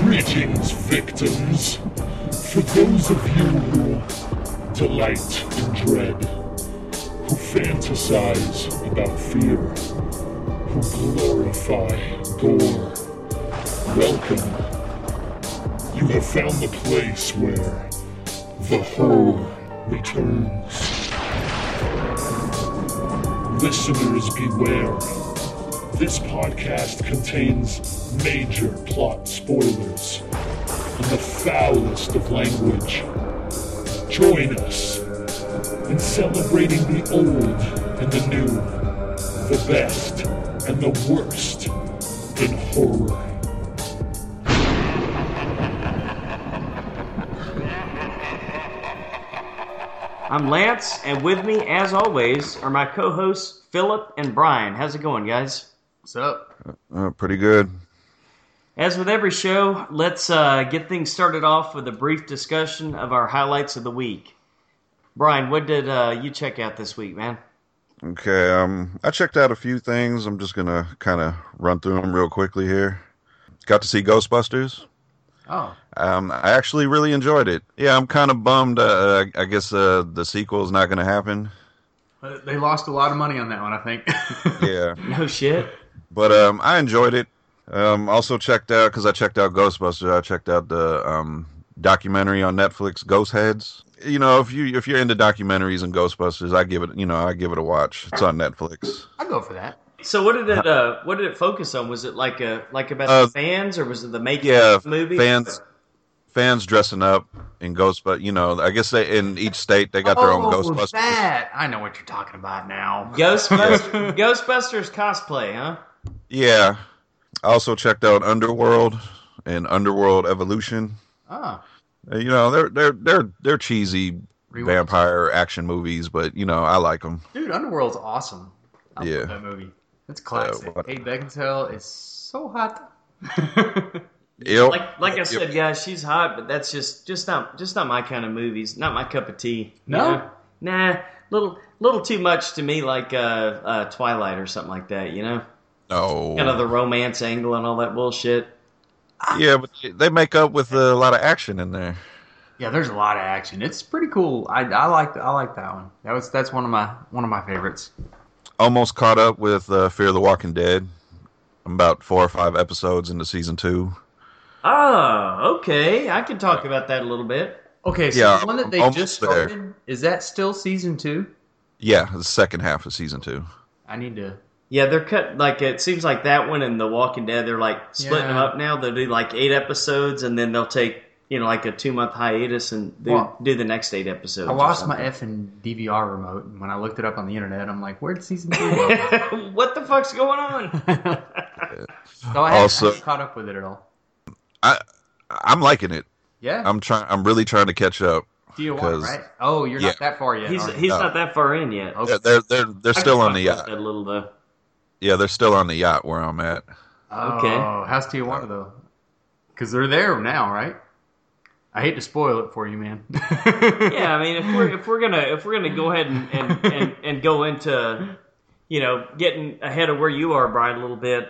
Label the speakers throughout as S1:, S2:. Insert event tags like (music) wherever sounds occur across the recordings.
S1: Greetings, victims. For those of you who delight in dread, who fantasize about fear, who glorify gore, welcome. You have found the place where the horror returns. Listeners, beware. This podcast contains major plot spoilers and the foulest of language. Join us in celebrating the old and the new, the best and the worst in horror.
S2: I'm Lance, and with me, as always, are my co-hosts Philip and Brian. How's it going, guys?
S3: What's up?
S4: Uh, pretty good.
S2: As with every show, let's uh, get things started off with a brief discussion of our highlights of the week. Brian, what did uh, you check out this week, man?
S4: Okay, um, I checked out a few things. I'm just gonna kind of run through them real quickly here. Got to see Ghostbusters.
S3: Oh,
S4: Um, I actually really enjoyed it. Yeah, I'm kind of bummed. Uh, I I guess uh, the sequel is not gonna happen.
S3: Uh, they lost a lot of money on that one, I think. (laughs)
S4: Yeah,
S2: No shit.
S4: but um, I enjoyed it. Um, also checked out because I checked out Ghostbusters. I checked out the um documentary on Netflix, Ghost Heads. You know, if you if you're into documentaries and Ghostbusters, I give it. You know, I give it a watch. It's on Netflix.
S3: I'll go for that.
S2: So, what did it uh, what did it focus on? Was it like a like about
S4: Uh,
S2: the fans, or was it the making
S4: yeah,
S2: of the movie?
S4: fans fans dressing up in ghost but you know i guess they in each state they got their own
S3: Oh,
S4: ghostbusters
S3: That I know what you're talking about now.
S4: (laughs)
S2: Ghostbusters, Ghostbusters cosplay, huh?
S4: yeah i also checked out underworld and underworld evolution
S3: Oh,
S4: Uh, you know they're they're they're they're cheesy
S3: Rewatch.
S4: vampire action movies but you know i like them
S3: dude, Underworld's awesome. I
S4: Yeah. Uh,
S3: love that movie. It's classic.
S4: what-
S3: Kate Beckinsale is so hot. (laughs)
S2: Like like I said, yeah, she's hot, but that's just just not just not my kind of movies. Not my cup of tea. you
S3: No?
S2: know? nah, little little too much to me, like uh, uh, Twilight or something like that. You know,
S4: no
S2: kind of the romance angle and all that bullshit.
S4: yeah but they- they make up with a lot of action in there
S3: yeah, there's a lot of action. It's pretty cool. I, I like I like that one. That was that's one of my one of my favorites.
S4: almost caught up with uh, fear of the walking dead i'm about four or five episodes into season two
S2: Oh, okay, I can talk about that a little bit.
S3: Okay, so
S4: Yeah,
S3: the one that they
S4: almost
S3: just
S4: there.
S3: started is that still season two?
S4: yeah the second half of season two
S3: I need to.
S2: Yeah, they're cut like it seems like that one and The Walking Dead. They're like splitting them
S3: Yeah.
S2: up now. They'll do like eight episodes, and then they'll take you know like a two month hiatus and do,
S3: Well,
S2: do the next eight episodes.
S3: I
S2: or
S3: lost my
S2: something.
S3: (laughs) effing DVR remote, and when I looked it up on the internet, I'm like, "Where'd season two (laughs) go?"
S2: what the fuck's going on?
S3: (laughs) so Oh, I haven't,
S4: Also-
S3: I haven't caught up with it at all.
S4: I I'm liking it.
S3: Yeah,
S4: I'm trying. I'm really trying to catch up.
S3: do you want it,
S4: 'cause-
S3: right? Oh, you're not that far yet.
S2: He's
S3: are you?
S2: he's
S4: No.
S2: not that far in yet.
S3: Okay.
S4: They're they're they're, they're still on the uh, yacht.
S2: A little though.
S4: Yeah, they're still on the yacht where I'm at.
S2: okay.
S3: Oh, how's Tijuana though? Because they're there now, right? I hate to spoil it for you, man.
S2: (laughs)
S3: (laughs)
S2: Yeah, I mean, if we're if we're gonna if we're gonna go ahead and and, and, and go into you know getting ahead of where you are, Brian, a little bit.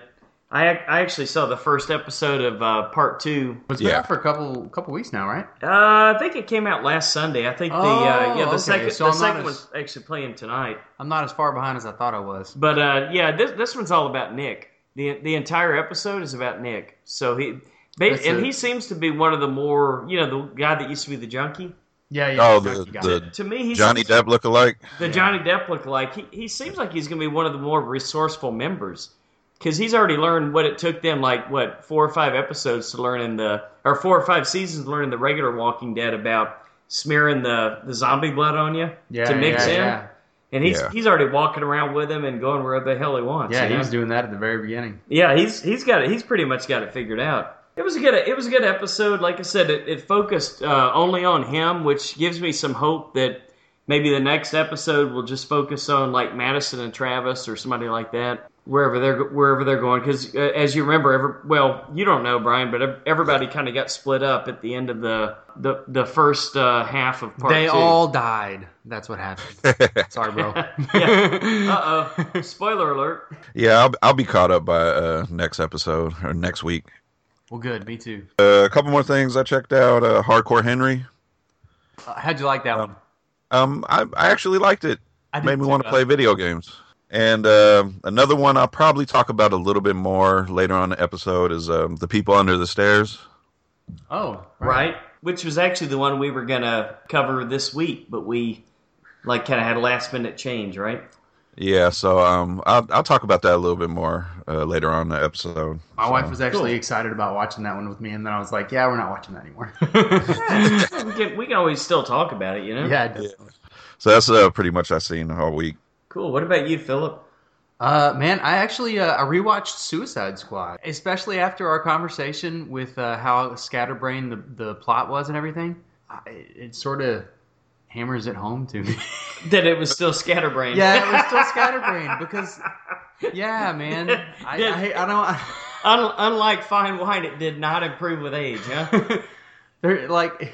S2: I ac- I actually saw the first episode of uh, part two.
S3: It's been
S4: Yeah.
S3: out for a couple couple weeks now, right?
S2: Uh, I think it came out last Sunday. I think the uh,
S3: Oh,
S2: yeah the
S3: okay.
S2: second
S3: So
S2: the
S3: I'm not
S2: second
S3: as-
S2: one's actually playing tonight.
S3: I'm not as far behind as I thought I was.
S2: But uh, yeah, this this one's all about Nick. the The entire episode is about Nick. So he, ba-
S3: That's
S2: and
S3: it.
S2: he seems to be one of the more you know the guy that used to be the junkie.
S3: Yeah, yeah.
S4: Oh,
S3: I
S4: the,
S3: got it.
S4: the
S2: To me, he's
S4: Johnny Depp look alike.
S2: the Johnny Depp look like he, he seems like he's going to be one of the more resourceful members because he's already learned what it took them like what four or five episodes to learn in the or four or five seasons to learn in the regular Walking Dead about smearing the, the zombie blood on you
S3: yeah,
S2: to mix
S3: yeah,
S2: in,
S3: Yeah,
S2: and he's
S4: Yeah.
S2: he's already walking around with him and going wherever the hell he wants.
S3: yeah
S2: you
S3: he
S2: know?
S3: was doing that at the very beginning.
S2: Yeah, he's he's got it. He's pretty much got it figured out. It was a good it was a good episode. Like I said, it, it focused uh, only on him, which gives me some hope that maybe the next episode will just focus on like Madison and Travis or somebody like that wherever they're wherever they're going. Because uh, as you remember, every, well, you don't know Brian, but ev- everybody kind of got split up at the end of the the, the first uh, half of part
S3: they
S2: two. (laughs)
S3: all died. That's
S4: (laughs)
S3: what happened. Sorry, bro. (laughs)
S2: uh oh spoiler alert.
S4: Yeah, I'll I'll be caught up by uh, next episode or next week.
S3: Well, good. Me too.
S4: Uh, a couple more things I checked out. Uh, Hardcore Henry.
S3: Uh, how'd you like that one?
S4: Um, I, I actually liked it.
S3: I did
S4: Made me want
S3: too.
S4: to play video games. And uh, another one I'll probably talk about a little bit more later on in the episode is um, the people under the stairs.
S3: Oh,
S2: right? Which was actually the one we were gonna cover this week, but we like kind of had a last minute change,
S3: (laughs)
S2: right?
S4: Yeah, so um, I'll, I'll talk about that a little bit more uh, later on in the episode.
S3: My
S4: So-
S3: wife was actually
S2: Cool.
S3: excited about watching that one with me, and then I was like, "Yeah, we're not watching that anymore."
S2: we, can, we can always still talk about it, you know.
S3: yeah, definitely.
S4: So that's uh, pretty much I've seen all week.
S2: Cool. What about you, Philip?
S3: Uh, man, I actually uh, I rewatched Suicide Squad, especially after our conversation with uh, how scatterbrained the the plot was and everything. I, it sort of hammers it home to me.
S2: That it was still scatterbrained.
S3: yeah,
S2: (laughs)
S3: it was still scatterbrained because, yeah, man, I I, hate- I don't.
S2: Un- unlike fine wine, it did not improve with age, huh?
S3: (laughs) They're like,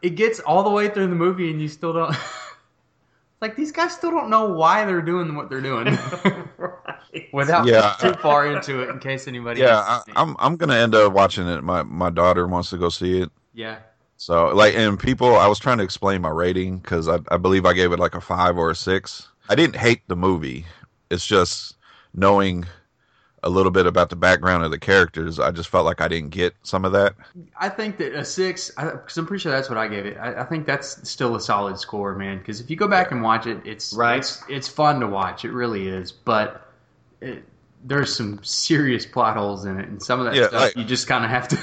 S3: it gets all the way through the movie and you still don't. (laughs) like these guys still don't know why they're doing what they're doing. (laughs)
S2: right.
S3: Without
S4: Yeah.
S3: too far into it, in case anybody.
S4: Yeah, I,
S3: hasn't seen it.
S4: I'm I'm gonna end up watching it. My my daughter wants to go see it.
S3: yeah.
S4: So like, and people, I was trying to explain my rating because I, I believe I gave it like a five or a six. I didn't hate the movie. It's just knowing a little bit about the background of the characters. I just felt like I didn't get some of that.
S3: I think that a six, because I'm pretty sure that's what I gave it. I, I think that's still a solid score, man. Because if you go back and watch it, it's
S2: Right.
S3: It's, it's fun to watch. It really is, but it, there's some serious plot holes in it, and some of that
S4: Yeah,
S3: stuff
S4: like-
S3: you just kind of have to.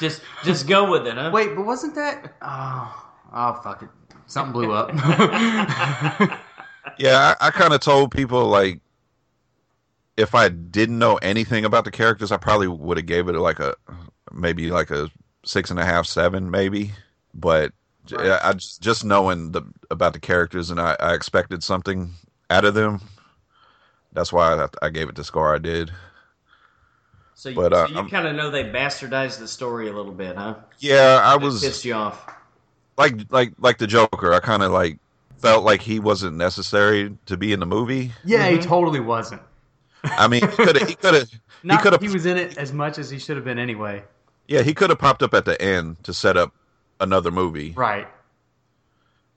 S2: Just, just go with it, huh?
S3: Wait, but wasn't that? Oh, oh, fuck it. Something blew up. (laughs)
S4: Yeah, I, I kind of told people like, if I didn't know anything about the characters, I probably would have gave it like a maybe like a six and a half, seven, maybe. But j
S3: Right.
S4: I I just just knowing the about the characters and I, I expected something out of them. That's why I, I gave it the score I did.
S2: (laughs) so you,
S4: but, uh,
S2: so
S4: I'm-
S2: you kind of know they bastardized the story a little bit, huh?
S4: Yeah, I
S2: That
S4: was
S2: pissed you off.
S4: like like like the Joker. I kind of like felt like he wasn't necessary to be in the movie.
S3: yeah, he totally wasn't.
S4: I mean, he could have he could have he
S3: (laughs) Not
S4: could
S3: that
S4: have
S3: he was in it as much as he should have been anyway.
S4: Yeah, he could have popped up at the end to set up another movie,
S3: Right.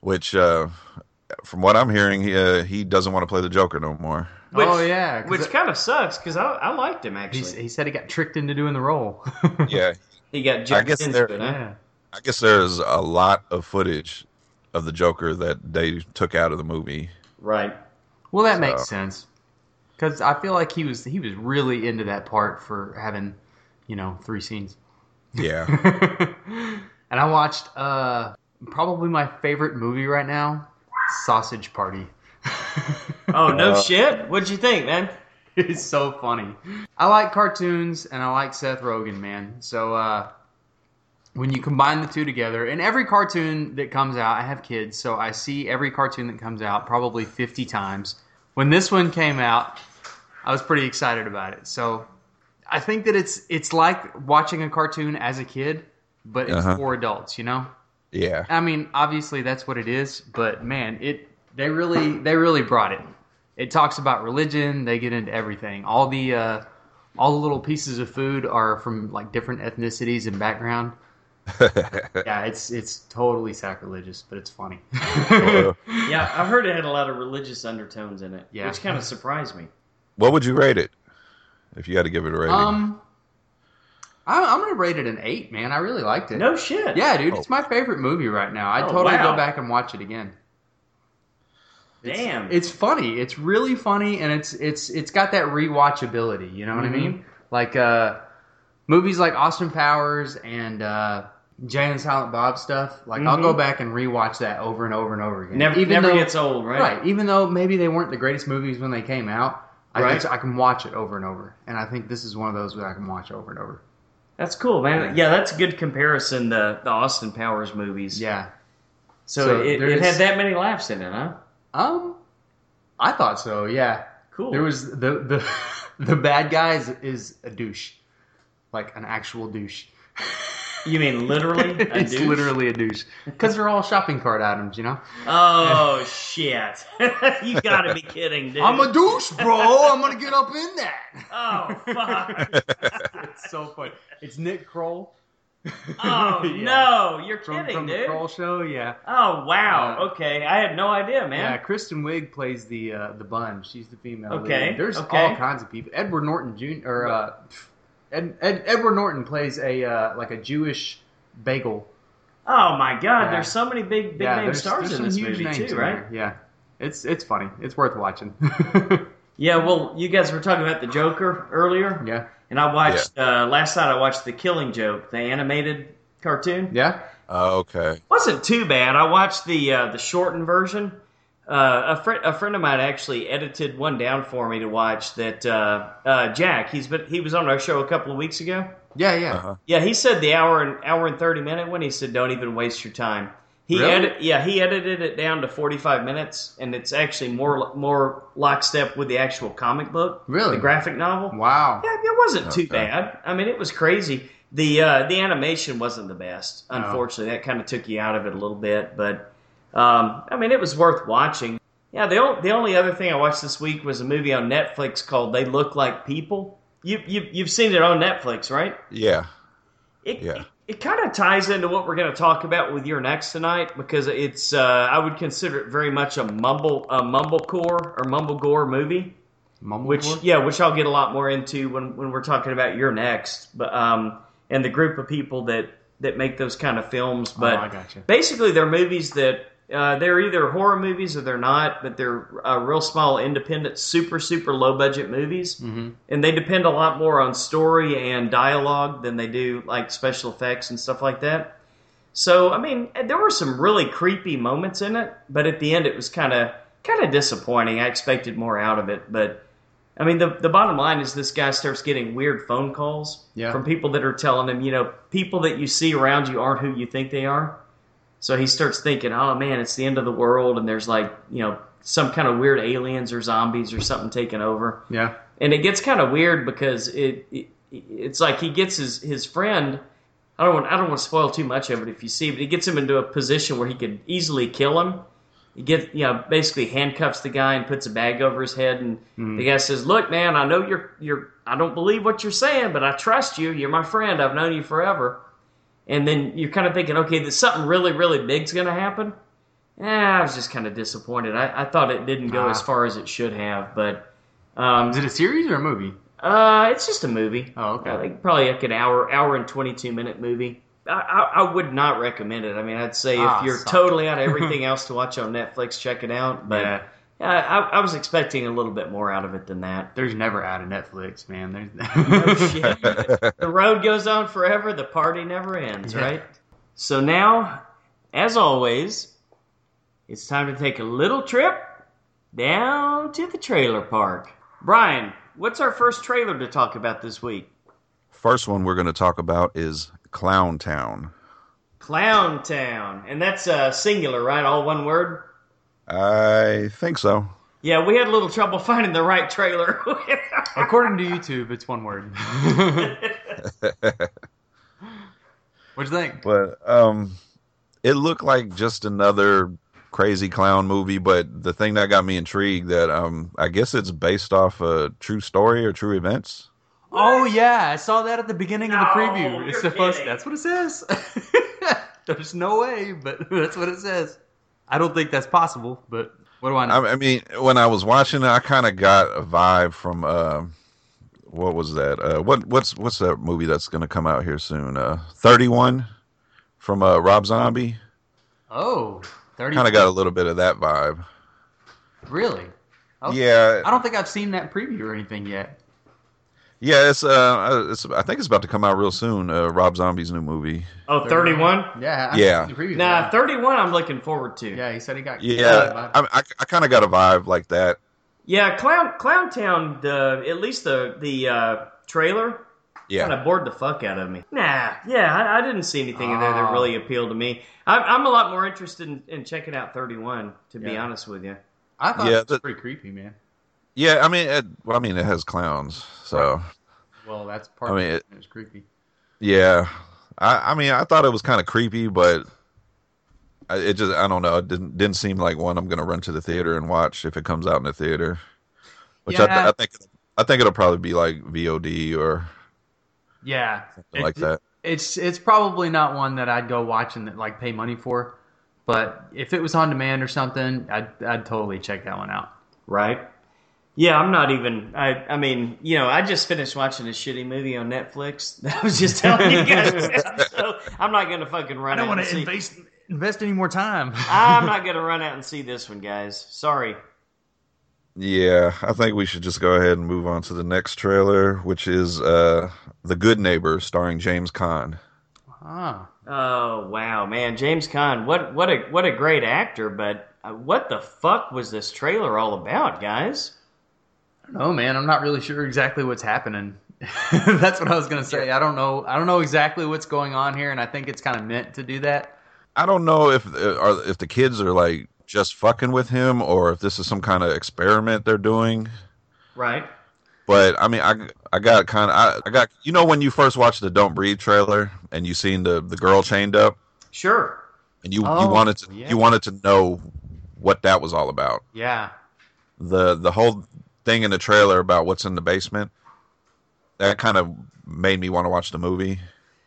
S4: which, uh, from what I'm hearing, he, uh, he doesn't want to play the Joker no more.
S3: oh yeah, 'cause
S2: which
S3: it-
S2: kind of sucks because I, I liked him
S3: he,
S2: actually.
S3: he said he got tricked into doing the role. (laughs)
S4: Yeah,
S2: He got jumped
S4: guess
S2: into
S4: they're-
S2: it, huh?
S3: yeah.
S4: I guess there's a lot of footage of the Joker that they took out of the movie.
S2: Right.
S3: Well, that makes
S4: So-
S3: sense because I feel like he was he was really into that part for having you know three scenes. (laughs)
S4: Yeah,
S3: and I watched uh, probably my favorite movie right now, Sausage Party. (laughs)
S2: Oh no
S4: Uh,
S2: shit! What'd you think, man?
S3: (laughs) it's so funny. I like cartoons and I like Seth Rogen, man. So uh, when you combine the two together, and every cartoon that comes out, I have kids, so I see every cartoon that comes out probably 50 times. When this one came out, I was pretty excited about it. So I think that it's it's like watching a cartoon as a kid, but it's
S4: Uh-huh.
S3: for adults, you know?
S4: (laughs) yeah. (laughs)
S3: I mean, obviously that's what it is, but man, it they really they really brought it. It talks about religion. They get into everything. All the uh, all the little pieces of food are from like different ethnicities and background. yeah, it's it's totally sacrilegious, but it's funny.
S4: Uh,
S2: Yeah, I heard it had a lot of religious undertones in it,
S3: Yeah.
S2: which kind of surprised me.
S4: what would you rate it if you had to give it a rating?
S3: um, I, I'm gonna rate it an eight, man. I really liked it.
S2: No shit.
S3: Yeah, dude, it's my favorite movie right now. I
S2: Oh,
S3: totally
S2: wow.
S3: go back and watch it again. It's-
S2: Damn.
S3: It's funny. It's really funny and it's it's it's got that rewatchability, you know what
S2: Mhm.
S3: I mean? Like uh movies like Austin Powers and uh Jay and Silent Bob stuff, like I'll
S2: Mhm.
S3: go back and rewatch that over and over and over again.
S2: never never
S3: though,
S2: gets old, right?
S3: right. Even though maybe they weren't the greatest movies when they came out, I,
S2: Right.
S3: just, I can watch it over and over. And I think this is one of those that I can watch over and over.
S2: That's cool, man. Yeah, that's a good comparison. The the Austin Powers movies.
S3: Yeah.
S2: So,
S3: So
S2: it,
S3: there
S2: it had
S3: is-
S2: that many laughs in it, huh?
S3: Um I thought so, yeah.
S2: Cool.
S3: There was the the (laughs) the bad guy is, is a douche, like an actual douche.
S2: You mean
S3: (laughs)
S2: literally? A
S3: it's
S2: douche?
S3: literally a douche because they're all shopping cart items, you know.
S2: Oh shit! (laughs) you gotta be kidding, dude.
S3: I'm a douche, bro. I'm gonna get up in that.
S2: oh fuck!
S3: (laughs) it's so funny. It's Nick Kroll.
S2: Oh
S3: (laughs) Yeah.
S2: no, you're
S3: From,
S2: kidding,
S3: from the
S2: dude.
S3: Kroll show, yeah.
S2: Oh wow.
S3: Yeah.
S2: Okay, I had no idea,
S3: Yeah,
S2: man.
S3: Kristen Wiig plays the uh, the bun. She's the female. lead.
S2: Okay,
S3: There's
S2: okay.
S3: all kinds of people. Edward Norton Jr. or uh, pff, Ed, Ed, Edward Norton plays a uh, like a Jewish bagel.
S2: Oh my god,
S3: Yeah.
S2: there's so many big big
S3: yeah,
S2: name
S3: there's-
S2: stars
S3: there's
S2: in
S3: some
S2: this
S3: huge
S2: movie
S3: names
S2: too,
S3: in
S2: right?
S3: there. Yeah, it's it's funny. It's worth watching. (laughs)
S2: Yeah. Well, you guys were talking about the Joker earlier,
S3: yeah,
S2: and I watched uh, last night. I watched the Killing Joke, the animated cartoon.
S3: yeah.
S4: Oh, okay.
S2: wasn't too bad. I watched the uh, the shortened version. Uh, a friend a friend of mine actually edited one down for me to watch. That uh, uh, Jack, he's been he was on our show a couple of weeks ago.
S3: Yeah, yeah.
S4: Uh-huh.
S2: Yeah, he said the hour and hour and thirty minute one. He said, "Don't even waste your time." He
S4: Really?
S2: edit, yeah, he edited it down to forty five minutes, and it's actually more more lockstep with the actual comic book,
S3: Really?
S2: the graphic novel.
S3: Wow.
S2: Yeah, it wasn't too
S4: Okay.
S2: bad. I mean, it was crazy. The uh, the animation wasn't the best, unfortunately. That kind of took you out of it a little bit, but um, I mean, it was worth watching. Yeah, the only, the only other thing I watched this week was a movie on Netflix called "They Look Like People." You, you you've seen it on Netflix, right?
S4: Yeah. (laughs)
S2: It,
S4: Yeah.
S2: it, kind of ties into what we're going to talk about with your next tonight because it's uh, I would consider it very much a mumble a mumblecore or mumblecore movie
S3: Mumble
S2: which
S3: Boy?
S2: yeah, which I'll get a lot more into when, when we're talking about your next, but um, and the group of people that that make those kind of films. But
S3: oh, I gotcha.
S2: basically, they're movies that uh, they're either horror movies or they're not, but they're uh, real small, independent, super super low budget movies,
S3: Mm-hmm.
S2: and they depend a lot more on story and dialogue than they do like special effects and stuff like that. So I mean, there were some really creepy moments in it, but at the end, it was kind of kind of disappointing. I expected more out of it, but I mean, the the bottom line is this guy starts getting weird phone calls
S3: Yeah.
S2: from people that are telling him, you know, people that you see around you aren't who you think they are. So he starts thinking, oh man, it's the end of the world, and there's like you know some kind of weird aliens or zombies or something taking over
S3: Yeah.
S2: and it gets kind of weird because it, it it's like he gets his his friend. I don't want I don't want to spoil too much of it if you see, but he gets him into a position where he could easily kill him. He gets you know basically handcuffs the guy and puts a bag over his head, and the guy says, "Look, man, I know you're you're I don't believe what you're saying, but I trust you. You're my friend. I've known you forever." And then you're kind of thinking, okay, that something really, really big's going to happen. Yeah, I was just kind of disappointed. I, I thought it didn't go
S3: Ah.
S2: as far as it should have, but um,
S3: Is it a series or a movie?
S2: uh, it's just a movie.
S3: Oh, okay.
S2: I think probably like an hour, hour and twenty-two minute movie. I, I, I would not recommend it. I mean, I'd say
S3: Ah,
S2: if you're
S3: suck.
S2: totally
S3: (laughs)
S2: out of everything else to watch on Netflix, check it out. But
S3: Yeah.
S2: I, I, I was expecting a little bit more out of it than
S3: (laughs)
S2: that.
S3: There's never out of Netflix, man. There's (laughs)
S2: No shit. the road goes on forever. The party never ends,
S3: Yeah.
S2: right? So now, as always, it's time to take a little trip down to the trailer park. Brian, what's our first trailer to talk about this week?
S4: First one we're going to talk about is Clown Town.
S2: Clown Town, and that's uh, singular, right? All one word.
S4: I think so.
S2: Yeah, we had a little trouble (laughs) finding the right
S3: (laughs)
S2: trailer. Oh,
S3: According to YouTube, it's
S2: (laughs)
S3: one word. What'd you think?
S4: But um it looked like just another crazy clown movie, but the thing that got me intrigued that um I guess it's based off a true story or true events.
S3: Oh yeah, I saw that at the beginning of the
S2: No,
S3: preview. It's
S2: you're
S3: supposed
S2: kidding.
S3: that's what it says. (laughs) There's no way, but (laughs) that's what it says. I don't think that's possible, but what do I know?
S4: I, I mean, when I was watching it, I kind of got a vibe from uh, what was that? Uh, what what's what's that movie that's going to come out here soon? Uh, Thirty One from uh, Rob Zombie.
S3: oh, 30
S4: Kind of got a little bit of that vibe.
S3: Really? Okay.
S4: Yeah,
S3: I don't think I've seen that preview or anything yet.
S4: yeah. It's uh, it's I think it's about to come out real soon. Uh, Rob Zombie's new movie.
S2: oh, 31?
S3: Yeah, I
S4: Yeah.
S3: haven't seen the preview.
S2: Nah,
S3: yeah.
S2: 31 I'm looking forward to.
S3: yeah, he said he got
S4: Yeah, I I, I kind of got a vibe like that.
S2: Yeah, Clown Clown Town. The at least the the uh, trailer
S4: Yeah,
S2: kind of bored the fuck out of me. Nah, yeah, I, I didn't see anything in there that
S3: Ah.
S2: really appealed to me. I'm, I'm a lot more interested in, in checking out 31, to be
S3: Yeah.
S2: honest with you.
S3: I thought
S4: Yeah,
S3: it was
S4: that-
S3: pretty creepy, man.
S4: yeah. I mean, it, well, I mean, it has clowns, so
S3: Well, that's part
S4: I
S3: of
S4: mean,
S3: it.
S4: it-
S3: It was creepy.
S4: yeah. I, I mean, I thought it was kind of creepy, but I, it just I don't know. It didn't didn't seem like one I'm gonna run to the theater and watch if it comes out in the theater. Which I, th-
S3: Yeah.
S4: I think I think it'll probably be like VOD or
S3: Yeah,
S4: something like
S3: It-
S4: that.
S3: It's it's probably not one that I'd go watch and like pay money for, but if it was on demand or something, I'd I'd totally check that one out.
S2: right? Yeah, I'm not even. I, I mean, you know, I just finished watching a shitty movie on Netflix. (laughs) I was just telling you
S3: (laughs)
S2: guys, that, so I'm not gonna fucking run.
S3: I don't
S2: out
S3: want
S2: and
S3: to
S2: see-
S3: invest invest any more time.
S2: (laughs) I'm not gonna run out and see this one, guys. Sorry.
S4: Yeah, I think we should just go ahead and move on to the next trailer, which is uh The Good Neighbor starring James Caan.
S3: (laughs) Ah,
S2: Oh wow, man, James Caan, what what a what a great actor, but uh, what the fuck was this trailer all about, guys?
S3: I don't know, man. I'm not really sure exactly what's happening. (laughs) That's what I was gonna say. I don't know. I don't know exactly what's going on here, and I think it's kind of meant to do that.
S4: I don't know if uh, are if the kids are like just fucking with him or if this is some kind of experiment they're doing.
S2: Right.
S4: But I mean, I I got kind of I, I got you know when you first watched the Don't Breathe trailer and you seen the the girl chained up
S2: Sure.
S4: and you you
S3: Oh,
S4: wanted to
S3: yeah.
S4: you wanted to know what that was all about.
S3: Yeah.
S4: the the whole thing in the trailer about what's in the basement that kind of made me want to watch the movie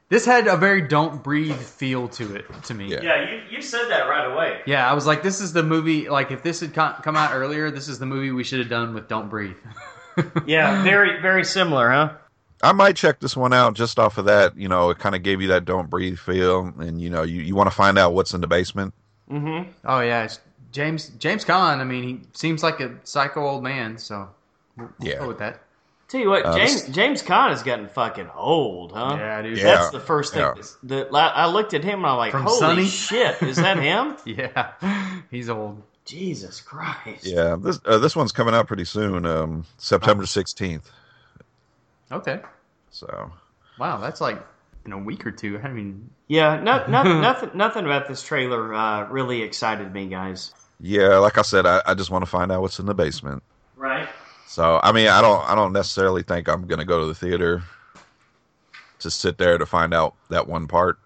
S3: This had a very don't breathe feel to it to me.
S4: Yeah.
S2: Yeah, you you said that right away.
S3: Yeah, I was like, this is the movie. Like, if this had co- come out earlier, this is the movie we should have done with Don't Breathe.
S2: Yeah, very very similar, huh?
S4: i might check this one out just off of that you know it kind of gave you that don't breathe feel and you know you, you want to find out what's in the basement
S2: Mm-hmm.
S3: (laughs) Oh yeah, it's James James Caan. I mean, he seems like a psycho old man. So we'll, we'll
S4: Yeah.
S3: go with that. (laughs)
S2: Tell you what,
S4: Uh,
S2: James
S4: this-
S2: James Caan has gotten fucking old, huh?
S3: Yeah, dude.
S4: Yeah.
S2: That's the first thing.
S4: Yeah.
S2: that's- That, la I looked at him and I'm like,
S3: From
S2: holy
S3: Sunny?
S2: shit, is
S3: (laughs)
S2: that him?
S3: Yeah, he's old.
S2: Jesus Christ.
S4: yeah this uh, this one's coming out pretty soon um september 16th
S3: Okay.
S4: so
S3: Wow, that's like in a week or two. I mean,
S2: Yeah,
S3: (laughs)
S2: no, no, nothing, nothing about this trailer uh, really excited me, guys.
S4: yeah like i said i, I just want to find out what's in the basement
S2: Right.
S4: so i mean i don't i don't necessarily think i'm gonna go to the theater to sit there to find out that one part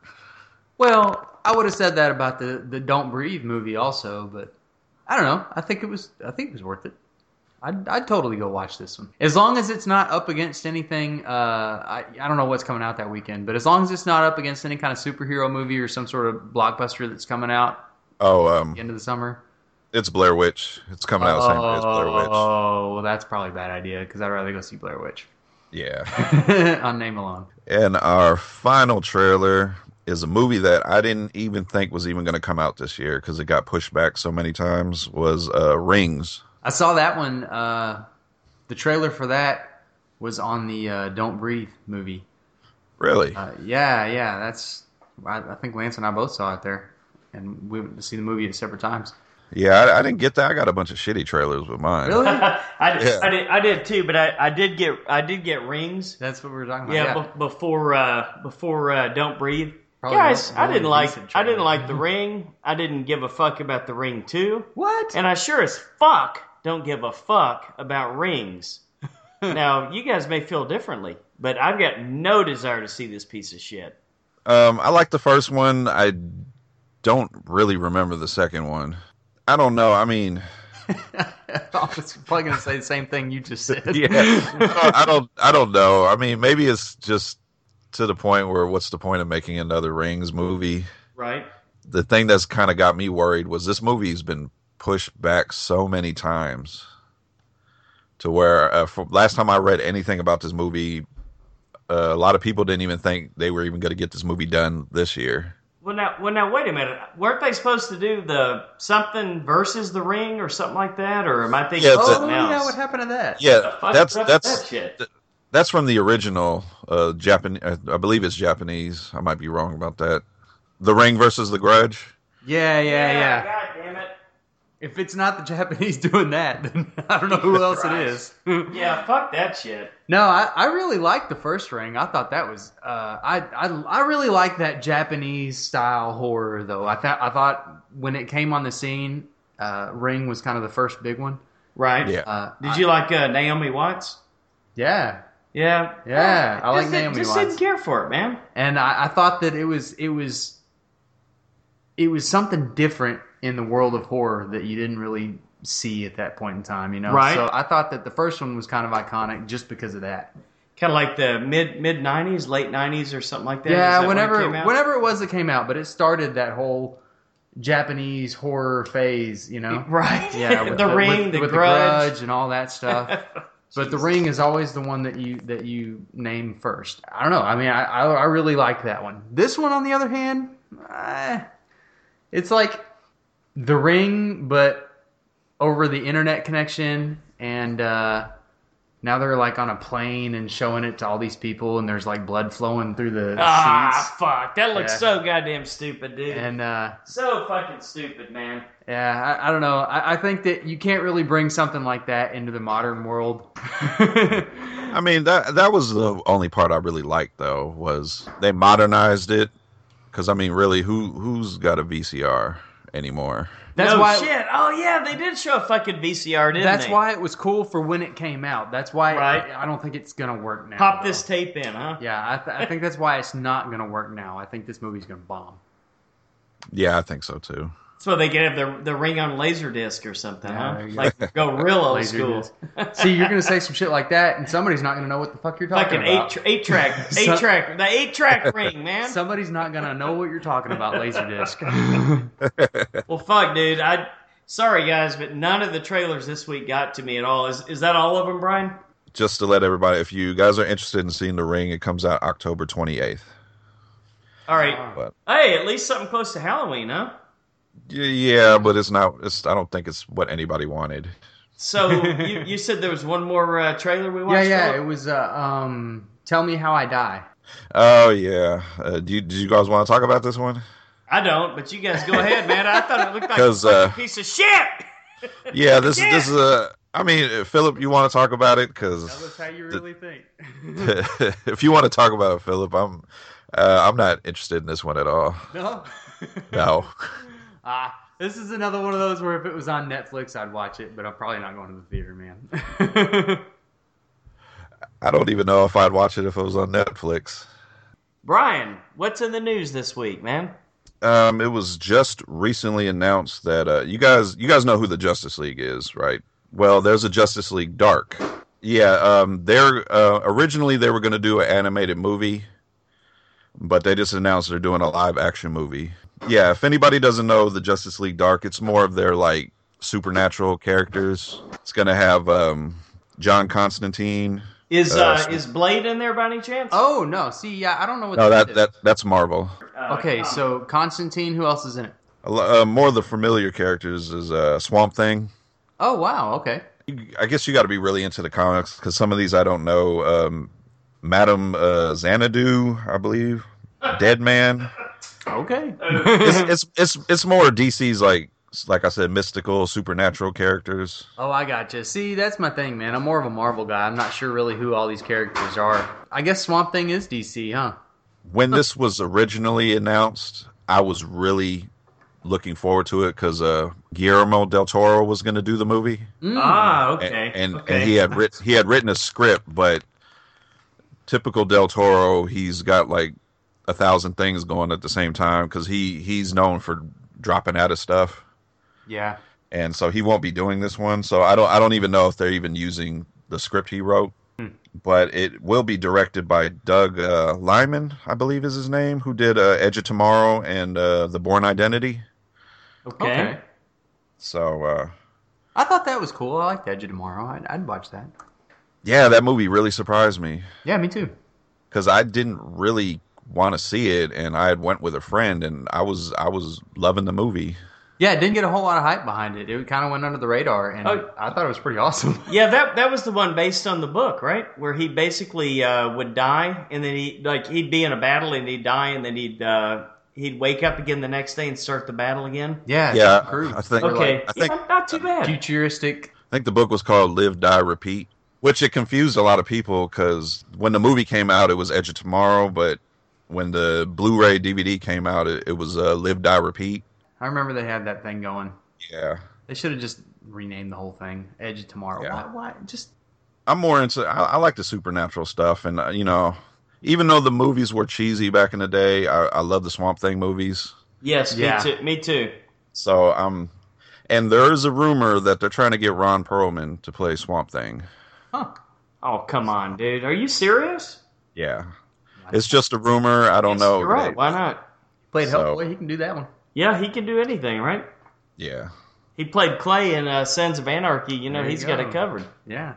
S3: well, I would have said that about the the Don't Breathe movie also, but I don't know. I think it was I think it was worth it. I'd, I'd totally go watch this one as long as it's not up against anything. Uh, I I don't know what's coming out that weekend, but as long as it's not up against any kind of superhero movie or some sort of blockbuster that's coming out
S4: oh um
S3: at the end of the summer.
S4: It's Blair Witch. It's coming out the same day as Blair Witch.
S3: Oh, well, that's probably a bad idea because I'd rather go see Blair Witch (laughs)
S4: Yeah.
S3: on name alone.
S4: And our final trailer is a movie that I didn't even think was even going to come out this year because it got pushed back so many times. Was uh, Rings?
S3: I saw that one. Uh, the trailer for that was on the uh, Don't Breathe movie.
S4: Really?
S3: Uh, yeah, yeah, that's. I, I think Lance and I both saw it there, and we went to see the movie at separate times.
S4: Yeah, I, I didn't get that. I got a bunch of shitty trailers with mine.
S3: Really?
S2: (laughs) I,
S4: Yeah.
S2: I did, I did too, but I, I did get, I did get rings.
S3: (laughs) That's what we were talking about.
S2: Yeah, Be- before, uh, before uh, don't breathe,
S3: Probably
S2: guys.
S3: not
S2: I didn't
S3: really
S2: like,
S3: decent
S2: I didn't
S3: trailer.
S2: like the ring. I didn't give a fuck about the ring too,
S3: What?
S2: and I sure as fuck don't give a fuck about (laughs) rings. now you guys may feel differently, but I've got no desire to see this piece of shit.
S4: Um, I like the first one. I don't really remember the second one. I don't know. I mean,
S3: (laughs) I was probably gonna say the same thing you just said. (laughs) Oh,
S4: yeah, I don't, I don't. I don't know. I mean, maybe it's just to the point where what's the point of making another Rings movie?
S2: Right.
S4: the thing that's kind of got me worried was this movie's been pushed back so many times to where uh, from last time I read anything about this movie, uh, a lot of people didn't even think they were even going to get this movie done this year.
S2: Well now, well now, wait a minute. Weren't they supposed to do the something versus the ring or something like that? Or am I thinking
S4: Yeah,
S2: of
S4: that's
S3: Oh
S2: something
S3: yeah,
S2: else?
S3: what happened to that?
S4: Yeah,
S2: Fuck
S4: that's
S2: that- that
S4: that's
S2: shit.
S4: that's from the original uh, Japan. uh, I believe it's Japanese. I might be wrong about that. The Ring versus The Grudge.
S3: Yeah, yeah, yeah.
S2: God damn it.
S3: If it's not the Japanese (laughs) doing that, then I don't know who else it
S2: Christ.
S3: is.
S2: (laughs) Yeah, fuck that shit.
S3: No, I, I really liked the first ring. I thought that was uh, I, I I really like that Japanese style horror though. I thought I thought when it came on the scene, uh, Ring was kind of the first big one.
S2: Right.
S4: Yeah.
S3: Uh,
S2: Did you like uh, Naomi Watts?
S3: yeah,
S2: Yeah.
S3: Yeah, I like
S2: just,
S3: Naomi
S2: Just
S3: Watts.
S2: didn't care for it, man.
S3: and I, I thought that it was it was it was something different in the world of horror that you didn't really see at that point in time, you know.
S2: Right.
S3: So I thought that the first one was kind of iconic just because of that.
S2: Kind of like the mid mid '90s, late '90s, or something like that. Is that
S3: yeah,
S2: when it
S3: whenever
S2: came out?
S3: whenever it was that came out, but it started that whole Japanese horror phase, you know.
S2: Right.
S3: (laughs) Yeah,
S2: (laughs)
S3: with
S2: the ring,
S3: with,
S2: the
S3: with
S2: grudge.
S3: and all that stuff. (laughs) But the ring is always the one that you that you name first. I don't know. I mean, I I, I really like that one. This one, on the other hand, eh, it's like the ring, but over the internet connection, and uh, now they're like on a plane and showing it to all these people, and there's like blood flowing through the
S2: Ah, fuck! That looks
S3: Yeah.
S2: so goddamn stupid, dude.
S3: seats, and uh,
S2: so fucking stupid, man.
S3: Yeah, I, I don't know. I, I think that you can't really bring something like that into the modern world. (laughs) yeah,
S4: I mean that that was the only part I really liked though was they modernized it because I mean really who who's got a VCR anymore?
S3: That's
S2: no
S3: why-
S2: shit. Oh yeah, they did show a fucking VCR, didn't
S3: that's
S2: they?
S3: why it was cool for when it came out. That's why
S2: Right.
S3: I, I don't think it's gonna work now.
S2: Pop
S3: though.
S2: this tape in, huh?
S3: Yeah, I, th- I think that's why it's not gonna work now. I think this movie's gonna (laughs) bomb.
S4: Yeah, I think so too.
S2: So they could have the the ring on Laserdisc or something,
S3: Yeah,
S2: huh?
S3: there you go.
S2: Like go real old school.
S3: Laserdisc. See, you're gonna say some shit like that, and somebody's not gonna know what the fuck you're talking
S2: Fucking eight
S3: about.
S2: tr- eight track,
S3: (laughs) So-
S2: eight track, the eight track ring,
S3: (laughs)
S2: man.
S3: Somebody's not gonna know what you're talking about, (laughs) Laserdisc.
S2: well, fuck, dude. I sorry guys, but none of the trailers this week got to me at all. Is is that all of them, Brian?
S4: Just to let everybody, if you guys are interested in seeing the ring, it comes out October twenty eighth.
S2: All right.
S3: Wow.
S4: But
S2: Hey, at least something close to Halloween, huh?
S4: y- yeah, but it's not. It's I don't think it's what anybody wanted. (laughs)
S2: So you, you said there was one more uh, trailer we
S3: yeah,
S2: watched.
S3: yeah,
S2: Philip?
S3: it was. Uh, um, tell me how I die.
S4: Oh yeah. Uh, do you, do you guys want to talk about this one?
S2: I don't, but you guys
S4: (laughs)
S2: go ahead, man. I thought it looked like a
S4: 'Cause, uh,
S2: fucking piece of shit.
S4: Yeah. This is this is a. I mean, uh, Philip, you want to talk about it because
S3: you
S4: really
S3: (laughs) think.
S4: (laughs) if you want to talk about it, Philip, I'm uh, I'm not interested in this one at all.
S3: no.
S4: No.
S3: (laughs) Ah, this is another one of those where if it was on Netflix, I'd watch it, but I'm probably not going to the theater, man. (laughs)
S4: I don't even know if I'd watch it if it was on Netflix.
S2: Brian, what's in the news this week, man?
S4: Um, it was just recently announced that uh, you guys you guys know who the Justice League is, right? Well, there's a Justice League Dark. Yeah, um, they're uh, originally they were going to do an animated movie, but they just announced they're doing a live action movie. Yeah, if anybody doesn't know the Justice League Dark, it's more of their like supernatural characters. It's going to have um, John Constantine.
S2: Is
S4: Uh,
S2: uh,
S4: so-
S2: is Blade in there by any chance?
S3: oh no, see, yeah, I don't know what.
S4: No,
S3: this
S4: that
S3: is.
S4: that that's Marvel.
S2: Uh,
S3: okay,
S2: um,
S3: so Constantine, who else is in it?
S4: A lo- Uh, more of the familiar characters is uh, Swamp Thing.
S3: Oh wow, okay.
S4: I guess you got to be really into the comics because some of these I don't know. Um, Madam uh, Xanadu, I believe, Dead Man.
S3: Okay.
S2: Uh, Oh.
S4: It's, it's it's it's more DC's like like I said, mystical, supernatural characters.
S3: oh, I gotcha. See, that's my thing, man. I'm more of a Marvel guy. I'm not sure really who all these characters are. I guess Swamp Thing is DC, huh?
S4: When this was originally announced, I was really looking forward to it because uh, Guillermo del Toro was going to do the movie.
S3: Mm.
S2: ah, okay,
S4: (laughs) and and,
S2: okay.
S4: and he had writ- he had written a script, but typical Del Toro, he's got like a thousand things going at the same time because he he's known for dropping out of stuff,
S3: Yeah.
S4: and so he won't be doing this one. So I don't I don't even know if they're even using the script he wrote,
S2: Hmm.
S4: but it will be directed by Doug uh, Lyman, I believe is his name, who did uh, Edge of Tomorrow and uh, The Born Identity.
S2: okay.
S3: okay.
S4: So. Uh,
S3: I thought that was cool. I liked Edge of Tomorrow. I'd, I'd watch that.
S4: yeah, that movie really surprised me.
S3: Yeah, me too.
S4: because I didn't really want to see it, and I had went with a friend, and I was I was loving the movie.
S3: Yeah, it didn't get a whole lot of hype behind it. It kind of went under the radar, and
S2: Oh.
S3: I thought it was pretty awesome. (laughs)
S2: Yeah, that that was the one based on the book, right? Where he basically uh, would die, and then he like he'd be in a battle, and he'd die, and then he'd uh, he'd wake up again the next day and start the battle again.
S3: Yeah, it's
S4: Yeah,
S3: Tom Cruise.
S4: I think
S3: Or,
S2: Okay,
S3: like,
S4: I think-
S2: yeah, not too bad.
S3: futuristic.
S4: I think the book was called Live, Die, Repeat, which it confused a lot of people because when the movie came out, it was Edge of Tomorrow, but when the Blu-ray DVD came out, it, it was uh, Live, Die, Repeat.
S3: I remember they had that thing going.
S4: Yeah,
S3: They should have just renamed the whole thing Edge of Tomorrow.
S4: Yeah.
S3: Why? Why? Just
S4: I'm more into. I, I like the supernatural stuff, and uh, you know, even though the movies were cheesy back in the day, I, I love the Swamp Thing movies.
S2: Yes, me
S3: Yeah.
S2: too. Me too.
S4: So um, and there is a rumor that they're trying to get Ron Perlman to play Swamp Thing.
S3: Huh.
S2: Oh come on, dude. Are you serious?
S4: Yeah, it's just a rumor. I don't know.
S2: You're right. Why not?
S3: Played
S4: So-
S3: Hellboy. He can do that one.
S2: Yeah, he can do anything, right?
S4: Yeah.
S2: He played Clay in uh, Sons of Anarchy. You know,
S3: There you
S2: he's got
S3: go.
S2: it covered.
S3: Yeah.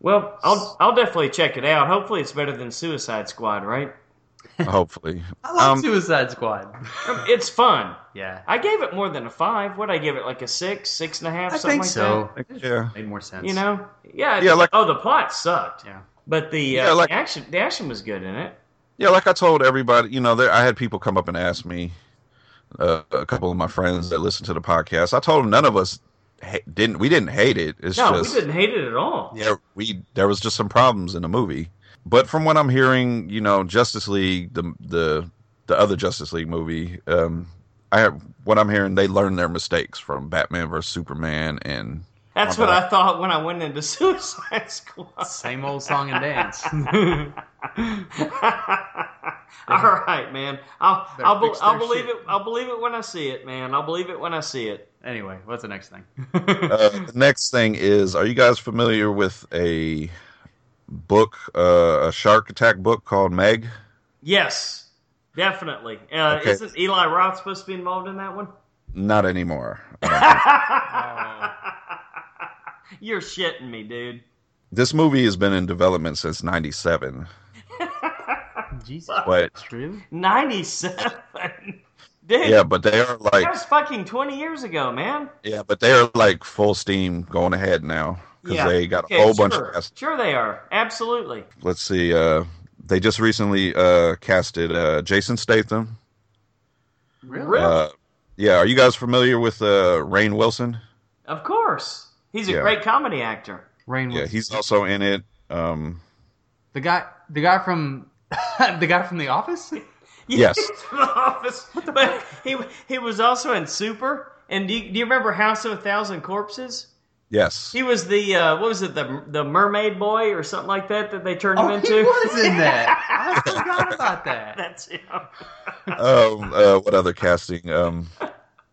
S2: Well, I'll I'll definitely check it out. Hopefully, it's better than Suicide Squad, right? (laughs)
S4: Hopefully.
S3: I like
S4: Um,
S3: Suicide Squad.
S2: Um, It's fun.
S3: (laughs) yeah.
S2: I gave it more than a five. What I give it, like a six, six and a half,
S3: I
S2: something
S3: think
S2: like
S3: so.
S4: Yeah.
S3: Made more sense.
S2: that. You know, yeah,
S4: Yeah, like-
S2: oh, the plot sucked,
S3: Yeah.
S2: but the, uh,
S4: Yeah, like-
S2: the action, the action was good in it.
S4: Yeah, like I told everybody, you know, there, I had people come up and ask me, uh, a couple of my friends that listen to the podcast. I told them none of us ha- didn't. We didn't hate it. It's
S2: No,
S4: just
S2: we didn't hate it at all.
S4: yeah, we there was just some problems in the movie. But from what I'm hearing, you know, Justice League, the the the other Justice League movie, um, I have what I'm hearing, they learned their mistakes from Batman versus Superman and
S2: That's
S4: My
S2: what
S4: bad.
S2: I thought when I went into (laughs) Suicide
S4: (laughs)
S2: Squad.
S3: Same old song and dance. (laughs)
S2: all right, man. I'll
S3: Better
S2: I'll, be-
S3: fix their
S2: I'll believe
S3: shit.
S2: it. I'll believe it when I see it, man. I'll believe it when I see it.
S3: anyway, what's the next thing?
S4: Uh, the next thing is are you guys familiar with a book uh, a shark attack book called meg
S2: Yes, definitely. Uh,
S4: Okay.
S2: Isn't Eli Roth supposed to be involved in that one?
S4: not anymore
S2: You're shitting me, dude.
S4: this movie has been in development since 97
S3: Jesus.
S4: but
S3: Really?
S2: 97. (laughs) Dude,
S4: yeah but they are like
S2: that was fucking 20 years ago, man.
S4: yeah but they are like full steam going ahead now because
S2: Yeah.
S4: they got
S2: Okay,
S4: a whole
S2: sure.
S4: bunch of cast.
S2: Sure, they are. Absolutely.
S4: let's see uh they just recently uh casted uh jason statham
S2: Really?
S4: uh yeah are you guys familiar with uh rain wilson
S2: Of course. He's a
S4: Yeah.
S2: great comedy actor. (laughs)
S3: Rain
S4: yeah
S3: was-
S4: he's also in it um
S3: the guy. The guy from (laughs) the guy from The Office.
S4: Yes.
S2: He's in the office. But he, he was also in Super. And do you, do you remember House of a Thousand Corpses?
S4: yes
S2: He was the, uh, what was it, the, the mermaid boy or something like that that they turned
S3: Oh,
S2: him
S3: he
S2: into? (laughs)
S3: was (laughs) in that. I forgot about that.
S2: That's him.
S4: um, uh, what other casting? Um,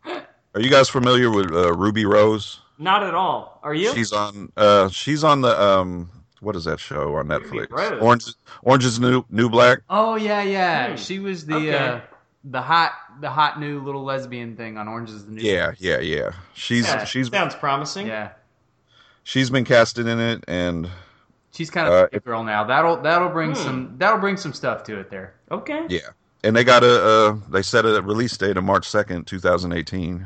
S4: are you guys familiar with uh, Ruby Rose?
S2: Not at all. Are you?
S4: She's on. Uh, she's on the. Um, what is that show on Netflix?
S2: Rose.
S4: Orange, Orange is New New Black.
S3: Oh yeah, yeah.
S2: Hmm.
S3: She was the
S2: Okay.
S3: uh, the hot the hot new little lesbian thing on Orange Is the New.
S4: Yeah, yeah, yeah. She's
S2: Yeah,
S4: she's
S2: sounds promising.
S3: yeah.
S4: she's been casted in it, and
S3: She's kind of
S4: Uh,
S3: a big girl now. That'll that'll bring
S2: Hmm.
S3: some that'll bring some stuff to it there.
S2: Okay.
S4: yeah, and they got a. Uh, they set a release date of March second, two thousand eighteen.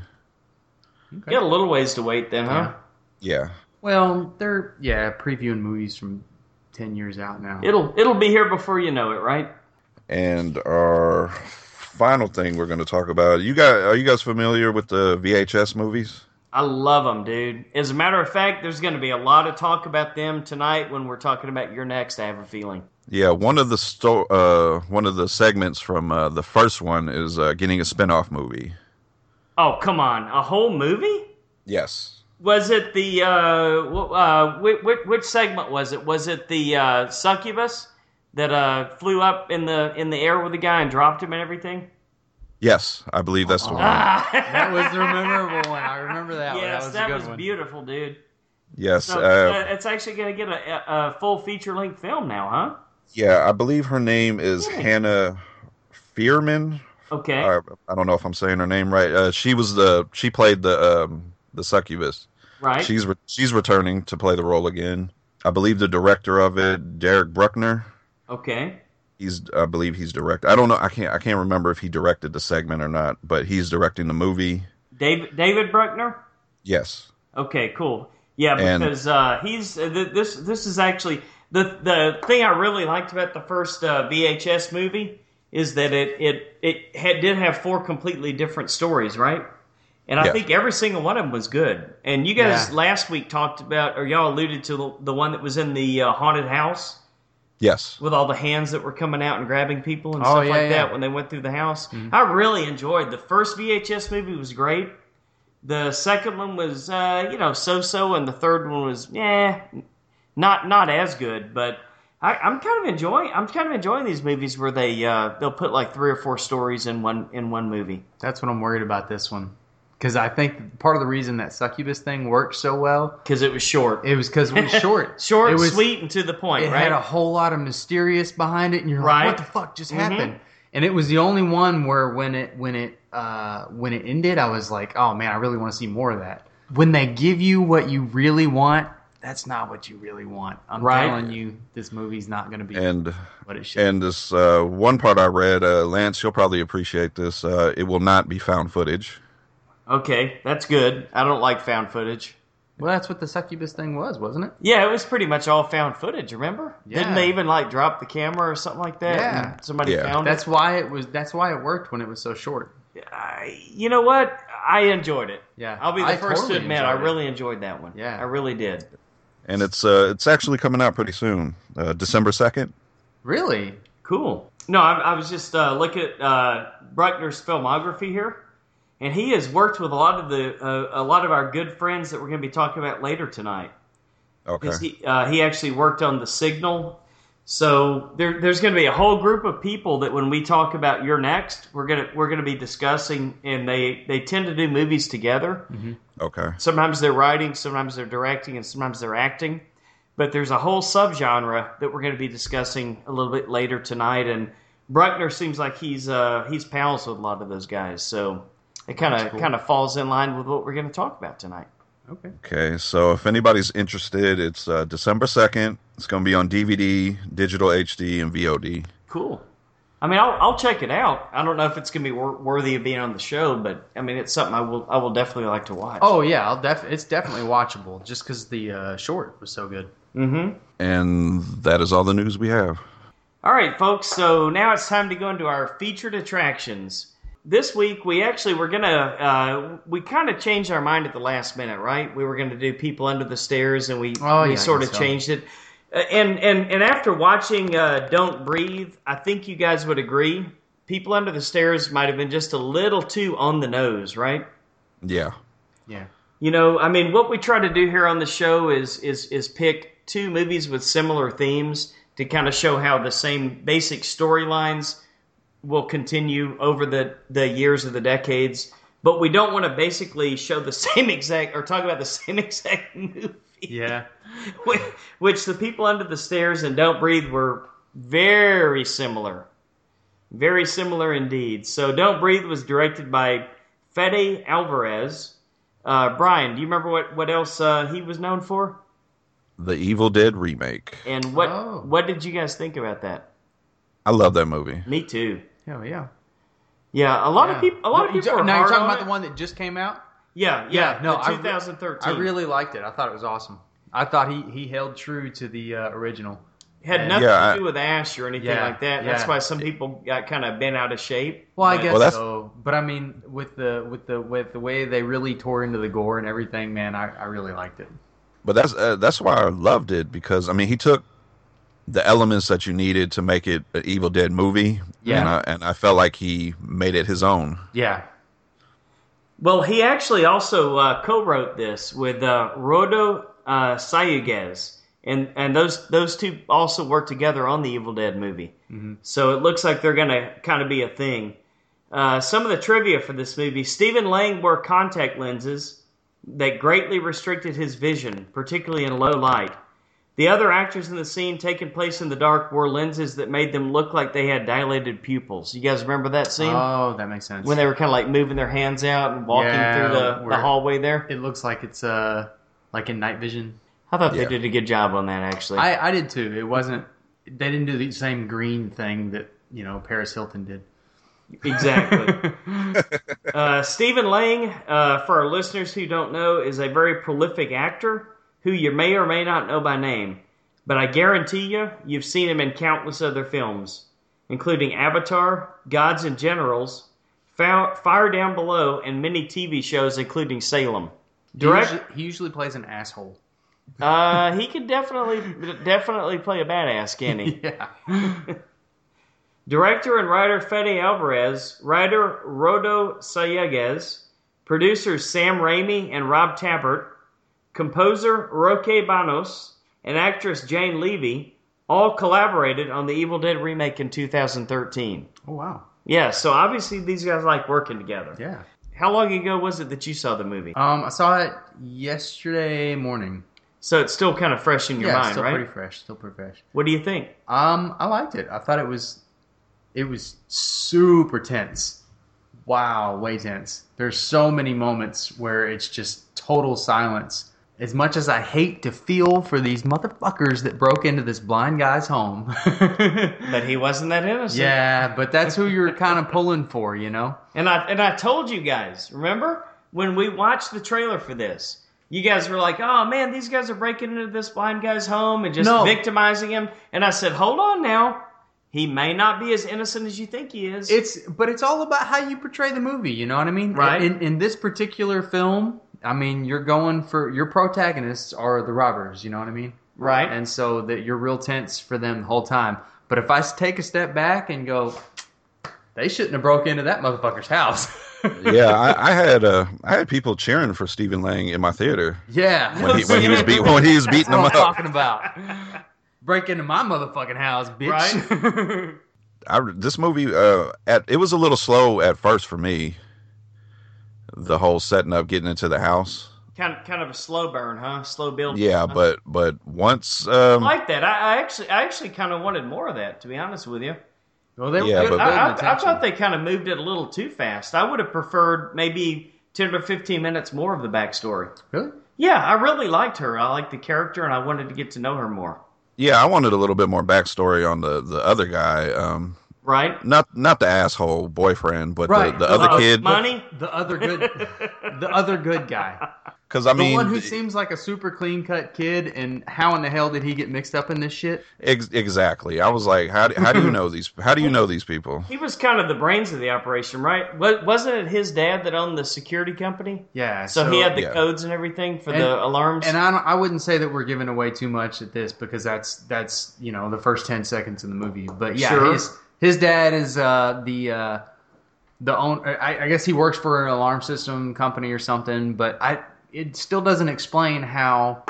S3: Okay.
S2: You got a little ways to wait then, huh?
S4: Yeah,
S3: Well, they're yeah previewing movies from ten years out now.
S2: It'll it'll be here before you know it, right?
S4: and our final thing we're going to talk about. You guys, are you guys familiar with the VHS movies?
S2: I love them, dude. As a matter of fact, there's going to be a lot of talk about them tonight when we're talking about your next. I have a feeling.
S4: Yeah, one of the sto- uh, one of the segments from uh, the first one is uh, getting a spin-off movie.
S2: Oh come on, a whole movie?
S4: Yes.
S2: Was it the uh, wh- uh which, which segment was it? Was it the uh, succubus that uh flew up in the in the air with the guy and dropped him and everything?
S4: Yes, I believe that's the one.
S2: Ah.
S3: (laughs) (laughs) That was the memorable one. I remember that one. That
S2: (laughs) yes,
S3: was
S2: that
S3: a good
S2: was,
S3: one.
S2: beautiful, dude.
S4: Yes.
S2: So
S4: Uh,
S2: uh, it's actually going to get a, a, a full feature length film now,
S4: yeah, I believe her name is
S2: Really?
S4: Hannah Fearman.
S2: huh? Okay.
S4: I, I don't know if I'm saying her name right. Uh, she was the she played the um, the succubus.
S2: Right.
S4: She's re- she's returning to play the role again. I believe the director of it, Derek Bruckner.
S2: okay.
S4: He's I believe he's direct. I don't know. I can't I can't remember if he directed the segment or not, but he's directing the movie.
S2: David David Bruckner.
S4: Yes.
S2: Okay. Cool. Yeah,
S4: And-
S2: because uh, he's uh, th- this. This is actually the the thing I really liked about the first uh, VHS movie is that it it it had, did have four completely different stories, right? And I
S4: Yeah.
S2: think every single one of them was good. And you guys
S3: Yeah.
S2: last week talked about, or y'all alluded to the, the one that was in the uh, haunted house.
S4: Yes.
S2: with all the hands that were coming out and grabbing people and
S3: Oh,
S2: stuff like
S3: yeah, yeah. Mm-hmm.
S2: that when they went through the house. I really enjoyed the first VHS movie was great. The second one was uh, you know so so, and the third one was yeah, Not not as good, but I, I'm kind of enjoying. I'm kind of enjoying these movies where they uh, they'll put like three or four stories in one in one movie.
S3: That's what I'm worried about this one. Because I think part of the reason that succubus thing worked so well,
S2: Because it was short,
S3: it was because it
S2: (laughs)
S3: was short.
S2: short,
S3: it was,
S2: sweet, and to the point.
S3: It
S2: right?
S3: had a whole lot of mysterious behind it, and you're
S2: Right.
S3: like, "What the fuck just
S2: Mhm.
S3: happened?" And it was the only one where when it when it uh, when it ended, I was like, "Oh man, I really want to see more of that." When they give you what you really want, that's not what you really want. I'm
S2: Right.
S3: telling you, this movie's not going to be
S4: And
S3: what it should.
S4: and this uh, one part I read, uh, Lance, you'll probably appreciate this. Uh, it will not be found footage.
S2: Okay, that's good. I don't like found footage.
S3: well, that's what the succubus thing was, wasn't it?
S2: Yeah, it was pretty much all found footage. Remember?
S3: Yeah.
S2: Didn't they even like drop the camera or something like that?
S3: Yeah.
S2: and somebody
S4: Yeah.
S2: found
S3: That's why it was. That's why it worked when it was so short.
S2: it. I, you know what? I enjoyed it.
S3: Yeah,
S2: I'll be the
S3: I
S2: first
S3: totally
S2: to admit I
S3: enjoyed it.
S2: really enjoyed that one.
S3: Yeah.
S2: I really did.
S4: And it's uh, it's actually coming out pretty soon, uh, December second.
S3: Really?
S2: Cool. No, I, I was just uh, looking at uh, Bruckner's filmography here, and he has worked with a lot of the uh, a lot of our good friends that we're going to be talking about later tonight.
S4: Okay.
S2: 'Cause He, uh, he actually worked on the signal. So there, there's going to be a whole group of people that when we talk about your next, we're gonna we're gonna be discussing, and they they tend to do movies together.
S3: Hmm.
S4: Okay.
S2: Sometimes they're writing, sometimes they're directing, and sometimes they're acting. But there's a whole subgenre that we're going to be discussing a little bit later tonight. And Bruckner seems like he's uh, he's pals with a lot of those guys, so it kind of
S3: That's cool.
S2: kind of falls in line with what we're going to talk about tonight.
S3: Okay.
S4: Okay. So if anybody's interested, it's uh, December second. It's going to be on DVD, digital HD, and VOD.
S2: Cool. I mean, I'll, I'll check it out. I don't know if it's going to be wor- worthy of being on the show, but I mean, it's something I will I will definitely like to watch.
S3: Oh yeah, I'll def- it's definitely watchable just because the uh, short was so good.
S2: Mm-hmm.
S4: And that is all the news we have.
S2: All right, folks. So now it's time to go into our featured attractions. This week, we actually were gonna uh, we kind of changed our mind at the last minute, right? We were gonna do people under the stairs, and we
S3: Oh,
S2: we
S3: yeah, I
S2: sort of
S3: guess so.
S2: changed it. Uh, And and and after watching uh, Don't Breathe, I think you guys would agree. People under the stairs might have been just a little too on the nose, right?
S4: Yeah.
S3: Yeah.
S2: You know, I mean, what we try to do here on the show is is is pick two movies with similar themes to kind of show how the same basic storylines will continue over the the years of the decades, but we don't want to basically show the (laughs) same exact or talk about the same (laughs) exact movie.
S3: Yeah.
S2: Which, (laughs) which the people under the stairs and don't breathe were very similar, very similar indeed. So don't breathe was directed by Fede Alvarez. Uh, Brian, do you remember what what else uh, he was known for?
S4: The Evil Dead remake.
S2: And what
S3: Oh.
S2: what did you guys think about that?
S4: I love that movie.
S2: Me too.
S3: Hell yeah.
S2: Yeah, a lot of
S3: Yeah.
S2: people. A lot of
S3: You-
S2: people. are
S3: now
S2: hard
S3: you're talking
S2: on
S3: about
S2: it.
S3: the one that just came out.
S2: Yeah, yeah.
S3: Yeah, no,
S2: the
S3: I re-
S2: 2013.
S3: I really liked it. I thought it was awesome. I thought he he held true to the uh, original.
S2: had nothing
S4: Yeah,
S2: to do with Ash or anything
S3: Yeah,
S2: like that.
S3: yeah.
S2: That's why some people got kind of bent out of shape.
S3: Well, I
S2: But-
S3: guess
S4: Well, that's-
S3: so. But I mean, with the with the with the way they really tore into the gore and everything, man, I, I really liked it.
S4: But that's uh, that's why I loved it because I mean he took the elements that you needed to make it an Evil Dead movie.
S3: Yeah.
S4: And I, and I felt like he made it his own.
S3: Yeah.
S2: Well, he actually also uh, co-wrote this with uh, Rodo uh, Sayuguez, and and those those two also worked together on the Evil Dead movie. So it looks like they're going to kind of be a thing. Uh, some of the trivia for this movie: Stephen Lang wore contact lenses that greatly restricted his vision, particularly in low light. The other actors in the scene taking place in the dark wore lenses that made them look like they had dilated pupils. You guys remember that scene?
S3: Oh, that makes sense.
S2: when they were kind of like moving their hands out and walking
S3: Yeah,
S2: through the, the
S3: where-
S2: hallway there.
S3: it looks like it's uh like in night vision.
S2: I thought
S4: Yeah.
S2: they did a good job on that actually. (laughs)
S3: I I did too. It wasn't. They didn't do the same green thing that you know Paris Hilton did. (laughs)
S2: exactly. (laughs) uh, Stephen Lang, uh, for our listeners who don't know, is a very prolific actor who you may or may not know by name, but I guarantee you, you've seen him in countless other films, including Avatar, Gods and Generals, Fou- Fire Down Below, and many TV shows, including Salem. Direct-
S3: He usually, he usually plays
S2: (laughs)
S3: an asshole.
S2: Uh, he could definitely definitely play a badass, can he?
S3: (laughs) Yeah.
S2: Director and writer Fede Alvarez, writer Rodo Sayeguez, producers Sam Raimi and Rob Tappert, composer Roque Banos, and actress Jane Levy all collaborated on the Evil Dead remake in 2013.
S3: Oh wow.
S2: Yeah, so obviously these guys like working together.
S3: Yeah.
S2: How long ago was it that you saw the movie?
S3: Um, I saw it yesterday morning.
S2: So it's still kind of fresh in your
S3: yeah, it's
S2: mind,
S3: still
S2: right?
S3: pretty fresh. Still pretty fresh.
S2: What do you think?
S3: Um, I liked it. I thought it was, it was super tense. Wow, way tense. There's so many moments where it's just total silence. As much as I hate to feel for these motherfuckers that broke into this blind guy's home. (laughs)
S2: But he wasn't that innocent.
S3: yeah, but that's who you're kind of pulling for, you know?
S2: And I and I told you guys, remember when we watched the trailer for this? You guys were like, "Oh man, these guys are breaking into this blind guy's home and just
S3: No.
S2: victimizing him." And I said, "Hold on now. He may not be as innocent as you think he is."
S3: It's but it's all about how you portray the movie. You know what I mean?
S2: Right.
S3: In in this particular film, I mean, you're going for your protagonists are the robbers. You know what I mean?
S2: right?
S3: And so that you're real tense for them the whole time. But if I s- take a step back and go, they shouldn't have broke into that motherfucker's house.
S4: (laughs)
S3: (laughs)
S4: yeah, I, I had uh, I had people cheering for Stephen Lang in my theater
S3: yeah.
S4: when he when he was beat when he was beating
S3: That's
S4: them
S3: what I'm
S4: up.
S3: talking about. Break into my motherfucking house, bitch. (laughs)
S4: I, this movie uh, at it was a little slow at first for me. The whole setting up, getting into the house.
S2: (laughs) kind of kind of a slow burn, huh? Slow build.
S4: Yeah, but but once
S2: I
S4: um,
S2: like that. I, I actually I actually kind of wanted more of that, to be honest with you.
S3: Well, they were
S4: Yeah,
S3: good
S4: but-
S3: at building
S2: I, I, I
S3: tension.
S2: thought they kind of moved it a little too fast. I would have preferred maybe ten or fifteen minutes more of the backstory.
S3: Really?
S2: Yeah, I really liked her. I liked the character, and I wanted to get to know her more.
S4: yeah, I wanted a little bit more backstory on the the other guy. Um,
S2: Right?
S4: not not the asshole boyfriend, but
S3: Right.
S4: the, the other
S2: Uh,
S4: kid.
S2: Money.
S3: The other good, the other good guy.
S4: Because I
S3: The
S4: mean,
S3: one who seems like a super clean cut kid, and how in the hell did he get mixed up in this shit?
S4: ex- exactly. I was like, how do, how
S3: (laughs)
S4: do you know these? How do you know these people?
S2: He was kind of the brains of the operation, right? Wa- Wasn't it his dad that owned the security company?
S3: Yeah,
S2: So, he had the
S4: yeah.
S2: codes and everything for
S3: And-
S2: the alarms.
S3: And I, don't, I wouldn't say that we're giving away too much at this because that's that's you know the first ten seconds in the movie. But yeah,
S2: Sure.
S3: his his dad is uh, the uh, the own. I, I guess he works for an alarm system company or something. But I it still doesn't explain how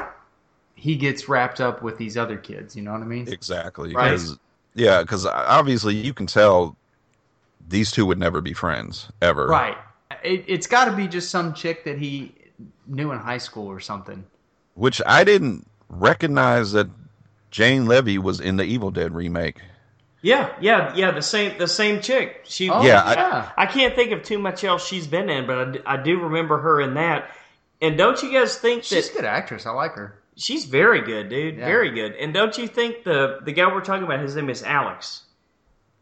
S3: he gets wrapped up with these other kids. You know what I mean?
S4: Exactly.
S2: Right.
S4: 'cause- yeah, because obviously you can tell these two would never be friends ever.
S3: Right. It, it's got to be just some chick that he knew in high school or something.
S4: Which I didn't recognize that Jane Levy was in the Evil Dead remake.
S2: yeah, yeah, yeah. The same, the same chick. She.
S3: Oh,
S4: Yeah, I-
S3: yeah.
S2: I can't think of too much else she's been in, but I d- I, do remember her in that. And don't you guys think that
S3: She's a good actress. I like her.
S2: she's very good, dude,
S3: Yeah.
S2: very good? And don't you think the the guy we're talking about, his name is Alex,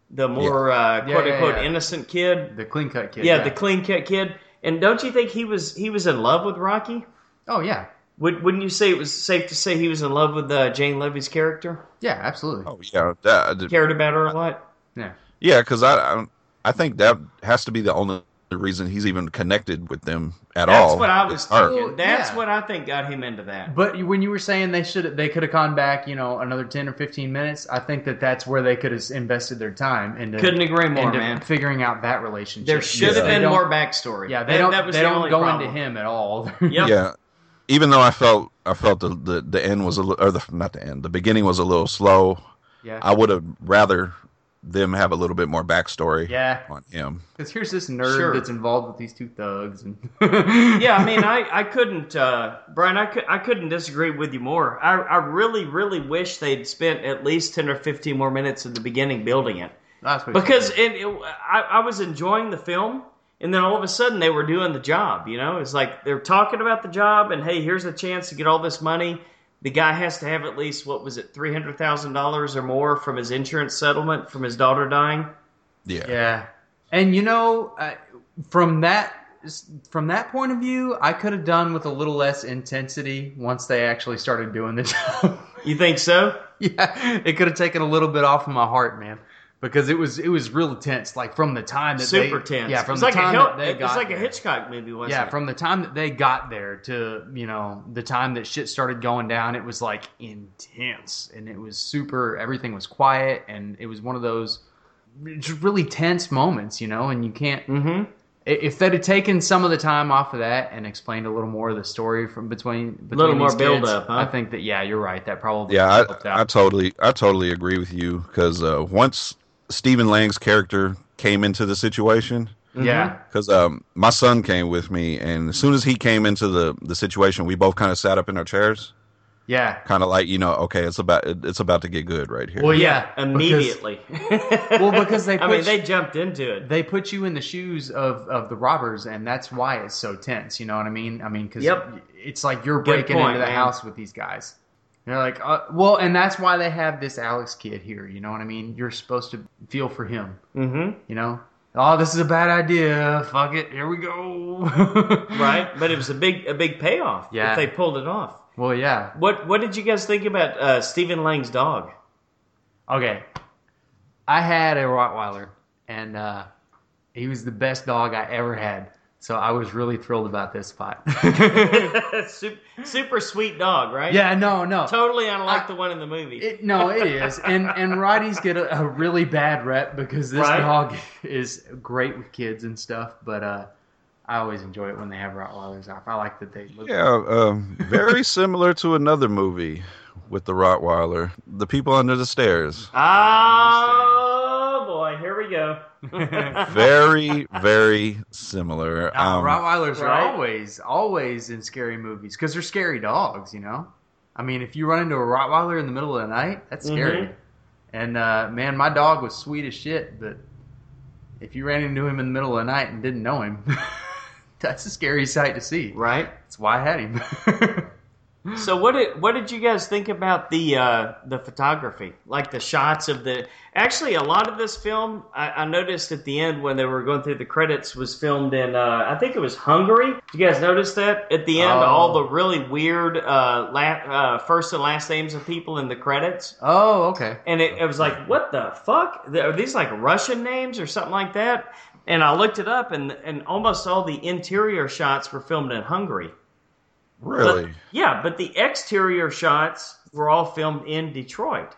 S2: the more uh,
S3: Yeah,
S2: quote
S3: yeah,
S2: unquote
S3: yeah.
S2: innocent kid.
S3: The clean cut kid.
S2: yeah, the clean cut kid. And don't you think he was he was in love with Rocky?
S3: oh yeah.
S2: Would, wouldn't you say it was safe to say he was in love with uh, Jane Levy's character?
S3: Yeah, absolutely.
S4: Oh yeah, that,
S2: Cared about her a lot.
S3: Yeah.
S4: yeah. Because I, I I think that has to be the only reason he's even connected with them at
S2: That's
S4: all.
S2: what I was
S4: It's her.
S2: thinking.
S3: Well,
S2: That's
S3: yeah.
S2: what I think got him into that.
S3: But when you were saying they should, they could have gone back, you know, another ten or fifteen minutes. I think that that's where they could have invested their time into
S2: Couldn't agree more,
S3: into
S2: man.
S3: figuring out that relationship.
S2: There should have
S4: They
S2: been
S3: don't-
S2: more backstory.
S3: Yeah, they
S2: That-
S3: don't.
S2: That was
S3: they
S2: the
S3: don't
S2: only
S3: go
S2: problem.
S3: into him at all. (laughs)
S2: Yep.
S4: Yeah. Even though I felt I felt the, the, the end was a little, or the not the end, the beginning was a little slow.
S3: yeah.
S4: I would have rather them have a little bit more backstory
S3: yeah.
S4: on him.
S3: Because here's this nerd
S2: Sure.
S3: that's involved with these two thugs. And (laughs)
S2: yeah, I mean, I, I couldn't, uh, Brian, I, could, I couldn't disagree with you more. I, I really, really wish they'd spent at least 10 or 15 more minutes at the beginning building it.
S3: That's what
S2: Because it, it, I, I was enjoying the film, and then all of a sudden they were doing the job, you know? It's like they're talking about the job, and hey, here's a chance to get all this money. The guy has to have at least, what was it, $300,000 or more from his insurance settlement from his daughter dying?
S4: Yeah.
S3: Yeah, and you know, I, from that from that point of view, I could have done with a little less intensity once they actually started doing the (laughs) job.
S2: You think so?
S3: yeah, it could have taken a little bit off of my heart, man, because it was it was real tense, like from the time that
S2: Super
S3: they,
S2: tense.
S3: Yeah, from
S2: it's
S3: the
S2: like
S3: time
S2: a, Hil-
S3: that they
S2: It's
S3: got
S2: like
S3: there.
S2: a Hitchcock movie, wasn't
S3: Yeah,
S2: it?
S3: from the time that they got there to you know the time that shit started going down, it was like intense and it was super. Everything was quiet and it was one of those just really tense moments, you know. And you can't
S2: Mm-hmm.
S3: i- if they'd have taken some of the time off of that and explained a little more of the story from between, between
S2: Little more
S3: these kids,
S2: build-up, huh?
S3: I think that yeah, you're right. That probably
S4: Yeah,
S3: helped
S4: I, I
S3: out.
S4: totally, I totally agree with you because uh, once Stephen Lang's character came into the situation,
S3: yeah,
S4: because um, my son came with me, and as soon as he came into the the situation, we both kind of sat up in our chairs,
S3: yeah.
S4: kind of like you know, okay, it's about it- it's about to get good right here.
S3: Well, yeah, because- (laughs)
S2: immediately.
S3: well, because
S2: (laughs)
S3: they
S2: I mean,
S3: pushed-
S2: they jumped into it.
S3: they put you in the shoes of, of the robbers, and that's why it's so tense. You know what I mean? I mean, because
S2: Yep.
S3: it's like you're
S2: Good
S3: breaking
S2: point,
S3: into the
S2: man.
S3: house with these guys. And they're like, uh, well, and that's why they have this Alex kid here. You know what I mean? You're supposed to feel for him.
S2: Mm-hmm.
S3: You know? Oh, this is a bad idea. Fuck it. Here we go. (laughs)
S2: Right, but it was a big a big payoff.
S3: Yeah.
S2: that they pulled it off.
S3: Well, yeah.
S2: What What did you guys think about uh, Stephen Lang's
S3: (laughs)
S2: dog? (laughs)
S3: Okay. I had a Rottweiler, and uh, he was the best dog I ever had. So I was really thrilled about
S2: (laughs)
S3: this spot. (laughs)
S2: super, super sweet dog, right?
S3: yeah, no, no.
S2: totally unlike
S3: I-
S2: the one in the movie.
S3: It, no, it is, and and Roddy's get a, a really bad rep because this
S2: Right.
S3: dog is great with kids and stuff. But uh, I always enjoy it when they have Rottweilers off. I like that they look.
S4: yeah, uh, (laughs) very similar to another movie with the Rottweiler, The People Under the Stairs.
S2: oh boy, here we go.
S3: (laughs)
S2: (laughs)
S4: Very, very similar.
S3: Uh,
S4: Um,
S3: Rottweilers
S2: right.
S3: are always always in scary movies because they're scary dogs. You know, I mean, if you run into a Rottweiler in the middle of the night, that's scary.
S2: Mhm.
S3: And uh, man, my dog was sweet as shit, but if you ran into him in the middle of the night and didn't know him, (laughs) that's a scary sight to see.
S2: right.
S3: That's why I had him. (laughs)
S2: So what did what did you guys think about the uh, the photography, like the shots of the? Actually, a lot of this film I, I noticed at the end when they were going through the credits was filmed in uh, I think it was Hungary. Did you guys notice that at the end
S3: Oh.
S2: all the really weird uh, la- uh, first and last names of people in the credits?
S3: oh, okay.
S2: And it, it was like, what the fuck? Are these like Russian names or something like that? And I looked it up, and and almost all the interior shots were filmed in Hungary. But-
S4: really?
S2: yeah, but the exterior shots were all filmed in Detroit.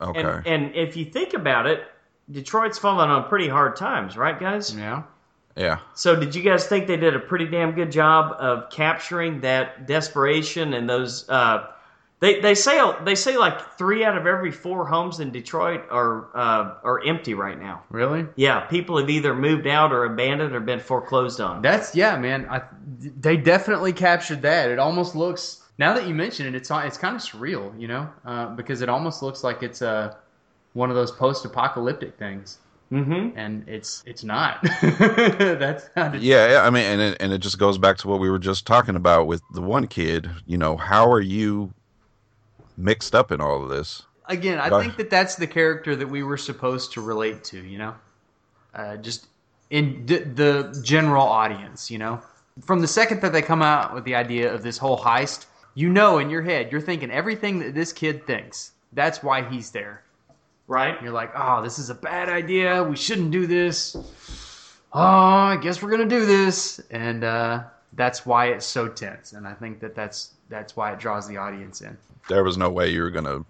S4: Okay.
S2: And, and if you think about it, Detroit's fallen on pretty hard times, right, guys?
S3: Yeah.
S4: yeah.
S2: So, did you guys think they did a pretty damn good job of capturing that desperation and those? Uh, they they say they say like three out of every four homes in Detroit are uh, are empty right now.
S3: Really?
S2: Yeah, people have either moved out or abandoned or been foreclosed on.
S3: That's yeah, man. I, they definitely captured that. It almost looks now that you mention it, it's it's kind of surreal, you know, uh, because it almost looks like it's uh, one of those post-apocalyptic things,
S2: mm-hmm.
S3: and it's it's not. (laughs) That's how it-
S4: Yeah, yeah, I mean, and it, and it just goes back to what we were just talking about with the one kid. You know, how are you mixed up in all of this?
S3: again, I
S4: Right.
S3: think that that's the character that we were supposed to relate to, you know, uh, just in d- the general audience, you know. From the second that they come out with the idea of this whole heist, you know, in your head, you're thinking everything that this kid thinks. That's why he's there.
S2: Right.
S3: You're like, oh, this is a bad idea. We shouldn't do this. Oh, I guess we're gonna do this, and uh, that's why it's so tense. And I think that that's that's why it draws the audience in.
S4: There was no way you were gonna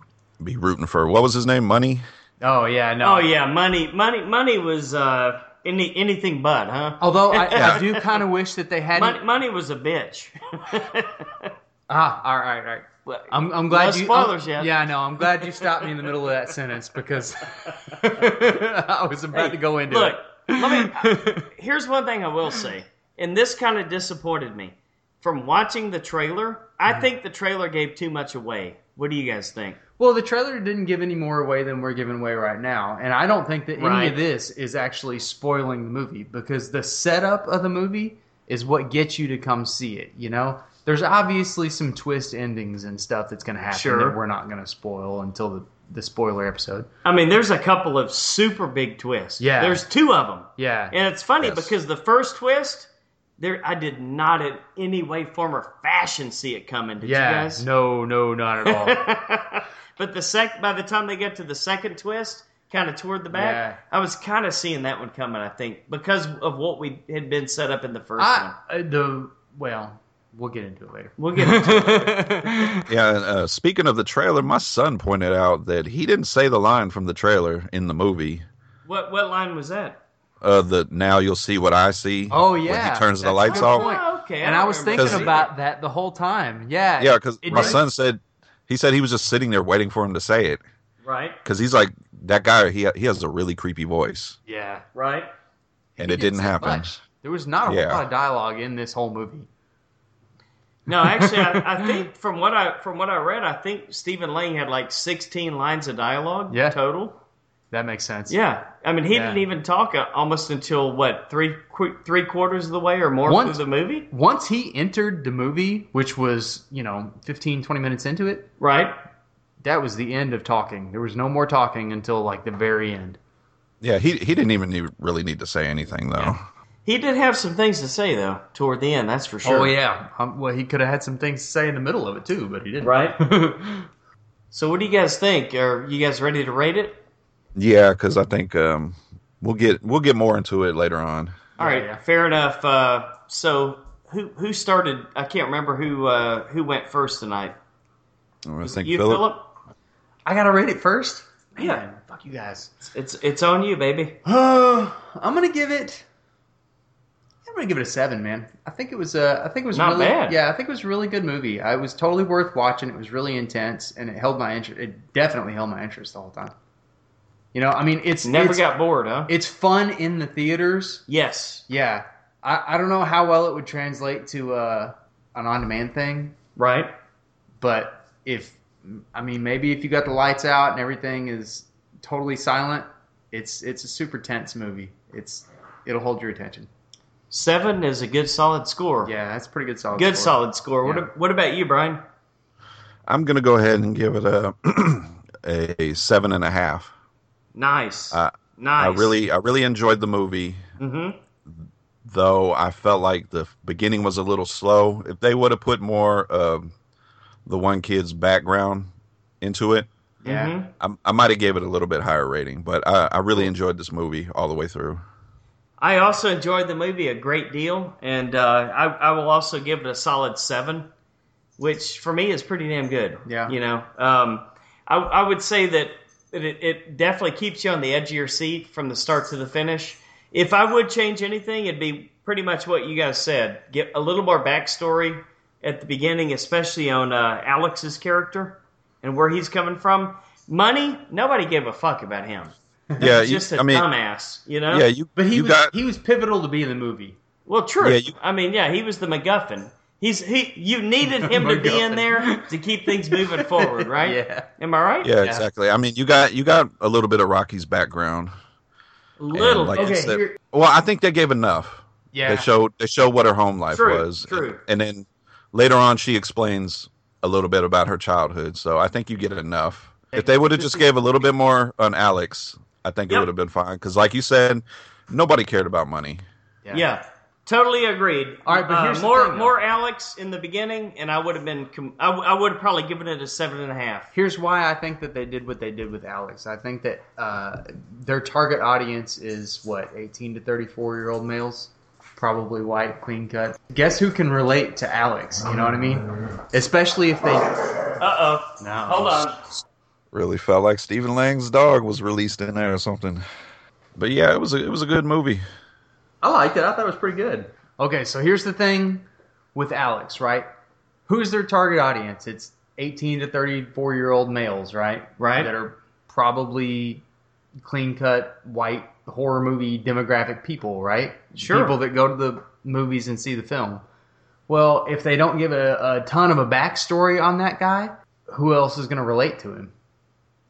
S4: be rooting for what was his name? Money.
S3: Oh yeah, no.
S2: Oh yeah, money, money, money was uh, any anything but, huh?
S3: Although I, I do kind of wish that they hadn't.
S2: Money, money was a bitch.
S3: Ah, all right, all right. I'm, I'm glad
S2: No
S3: you.
S2: spoilers yet.
S3: I'm- Yeah, I know. I'm glad you stopped me in the middle of that sentence because (laughs) I was about to go into
S2: Look,
S3: it.
S2: let
S3: (laughs)
S2: me. Here's one thing I will say, and this kind of disappointed me. From watching the trailer,
S3: Mm-hmm.
S2: I think the trailer gave too much away. What do you guys think?
S3: Well, the trailer didn't give any more away than we're giving away right now, and I don't think that any
S2: Right.
S3: of this is actually spoiling the movie because the setup of the movie is what gets you to come see it. You know, there's obviously some twist endings and stuff that's going to happen
S2: Sure.
S3: that we're not going to spoil until the the spoiler episode.
S2: I mean, there's a couple of super big twists.
S3: Yeah.
S2: there's two of them,
S3: Yeah,
S2: and it's funny
S4: Yes.
S2: because the first twist. There, I did not in any way, form, or fashion see it coming. Did you
S3: yeah.
S2: guys?
S3: No, no, not (laughs) at
S2: (laughs)
S3: all.
S2: but the sec by the time they get to the second twist, kind of toward the back, I was kind of seeing that one coming. I think because of what we had been set up in the first one.
S3: I, uh, the well, we'll get into it later.
S2: We'll get into it.
S3: (laughs)
S4: Yeah. and, Uh, speaking of the trailer, my son pointed out that he didn't say the line from the trailer in the movie.
S2: what what line was that?
S4: uh, the now you'll see what I see.
S3: Oh yeah,
S4: when he turns the
S3: That's
S4: lights
S3: a good
S4: off.
S3: point.
S2: Oh, okay.
S3: And I was
S2: remember
S3: thinking
S4: Because-
S2: seeing
S3: about that the whole time. Yeah,
S4: Yeah, because
S3: It
S4: my
S3: did.
S4: son said he said he was just sitting there waiting for him to say
S2: it.
S4: it
S2: Right.
S4: because he's like that guy. He he has a really creepy voice,
S3: yeah.
S2: Right.
S4: and
S3: He
S4: it didn't
S3: say
S4: happen.
S3: much. There was not a
S4: Yeah.
S3: whole lot of dialogue in this whole movie.
S2: No, actually, I, I think from what I from what I read, I think Stephen Lang had like 16 lines of dialogue
S3: Yeah.
S2: total.
S3: That makes sense.
S2: Yeah, I mean, he
S3: Yeah.
S2: didn't even talk uh, almost until what three qu- three quarters of the way or more
S3: Once-
S2: through the movie,
S3: Once he entered the movie, which was, you know, 15, 20 minutes into it,
S2: right?
S3: that was the end of talking. There was no more talking until like the very end.
S4: Yeah, he he didn't even need, really need to say anything though.
S2: He did have some things to say though toward the end, that's for sure.
S3: Oh yeah. Um, well, he could have had some things to say in the middle of it too, but he didn't. (laughs)
S2: right. so, what do you guys think? Are you guys ready to rate it?
S4: Yeah, because I think um, we'll get we'll get more into it later on.
S2: All right,
S3: yeah.
S2: fair enough. Uh, so, who who started? I can't remember who uh, who went first tonight.
S4: I wanna think
S2: you,
S4: Philip.
S2: Philip?
S3: I gotta rate it first.
S2: Yeah.
S3: Man, fuck you guys.
S2: It's it's on you, baby.
S3: Oh, (sighs) I'm gonna give it. I'm gonna give it a seven, man. I think it was a. I think it was
S2: Not
S3: really,
S2: bad.
S3: Yeah, I think it was a really good movie. I it was totally worth watching. It was really intense, and it held my interest. It definitely held my interest the whole time. You know, I mean, it's
S2: Never
S3: it's,
S2: got bored, huh?
S3: It's fun in the theaters.
S2: yes.
S3: Yeah, I, I don't know how well it would translate to uh, an on-demand thing,
S2: Right.
S3: but if I mean, maybe if you got the lights out and everything is totally silent, it's it's a super tense movie. It's it'll hold your attention.
S2: Seven is a good solid score.
S3: Yeah, that's a pretty good solid.
S2: Good
S3: score.
S2: solid score. What
S3: Yeah.
S2: a- what about you, Brian?
S4: I'm gonna go ahead and give it a (clears throat) a seven and a half.
S2: Nice.
S4: Uh,
S2: nice.
S4: I really I really enjoyed the movie,
S2: Mm-hmm.
S4: though I felt like the beginning was a little slow. If they would have put more um the one kid's background into it,
S3: Yeah.
S2: Mhm.
S4: I, I might have gave it a little bit higher rating. But I, I really enjoyed this movie all the
S2: (laughs)
S4: way through.
S2: I also enjoyed the movie a great deal, and uh, I, I will also give it a solid seven, which for me is pretty damn good.
S3: Yeah.
S2: You know, um, I, I would say that that it, it definitely keeps you on the edge of your seat from the start to the finish. If I would change anything, it'd be pretty much what you guys said. Get a little more backstory at the beginning, especially on uh, Alex's character and where he's coming from. Money, nobody gave a fuck about him.
S4: Yeah, you,
S2: Just a
S4: I mean,
S2: dumbass, you know.
S4: yeah, you
S3: But he
S4: you
S3: was
S4: got
S3: he was pivotal to be in the movie.
S2: Well, true.
S4: Yeah, you-
S2: I mean, yeah, he was the MacGuffin. He's he. You
S3: (laughs)
S2: needed him to be in
S3: MacGuffin.
S2: there to keep things
S3: (laughs)
S2: moving forward, right?
S3: Yeah.
S2: Am I right?
S4: yeah, exactly. I mean, you got you got a little bit of Rocky's background.
S2: Little.
S4: And, like,
S2: okay.
S4: it's that-
S3: here-
S4: well, I think they gave enough.
S3: Yeah.
S4: They showed they showed what her home life
S2: True,
S4: was.
S2: true.
S4: And then later on she explains a little bit about her childhood. So I think you get enough. If they would have just gave a little bit more on Alex, I think it
S2: Yep.
S4: would have been fine cuz like you said, nobody cared about money.
S2: yeah. Totally agreed.
S3: All right, but
S2: Uh,
S3: here's the
S2: more
S3: thing, though.
S2: more Alex in the beginning, and I would have been. com- I, w- I would have probably given it a seven and a half.
S3: Here's why I think that they did what they did with Alex. I think that uh, their target audience is what 18 to 34 year old males, probably white, clean cut. Guess who can relate to Alex? You know what I mean? Especially if they.
S2: Uh oh.
S3: No.
S2: Hold on.
S4: Really felt like Stephen Lang's dog was released in there or something. But yeah, it was a, it was a good movie.
S3: I liked it. I thought it was pretty good. Okay, so here's the thing with Alex, right? Who's their target audience? It's 18 to 34 year old males, right?
S2: Right.
S3: That are probably clean cut, white, horror movie demographic people, right?
S2: Sure.
S3: People that go to the movies and see the film. Well, if they don't give a, a ton of a backstory on that guy, who else is going to relate to him?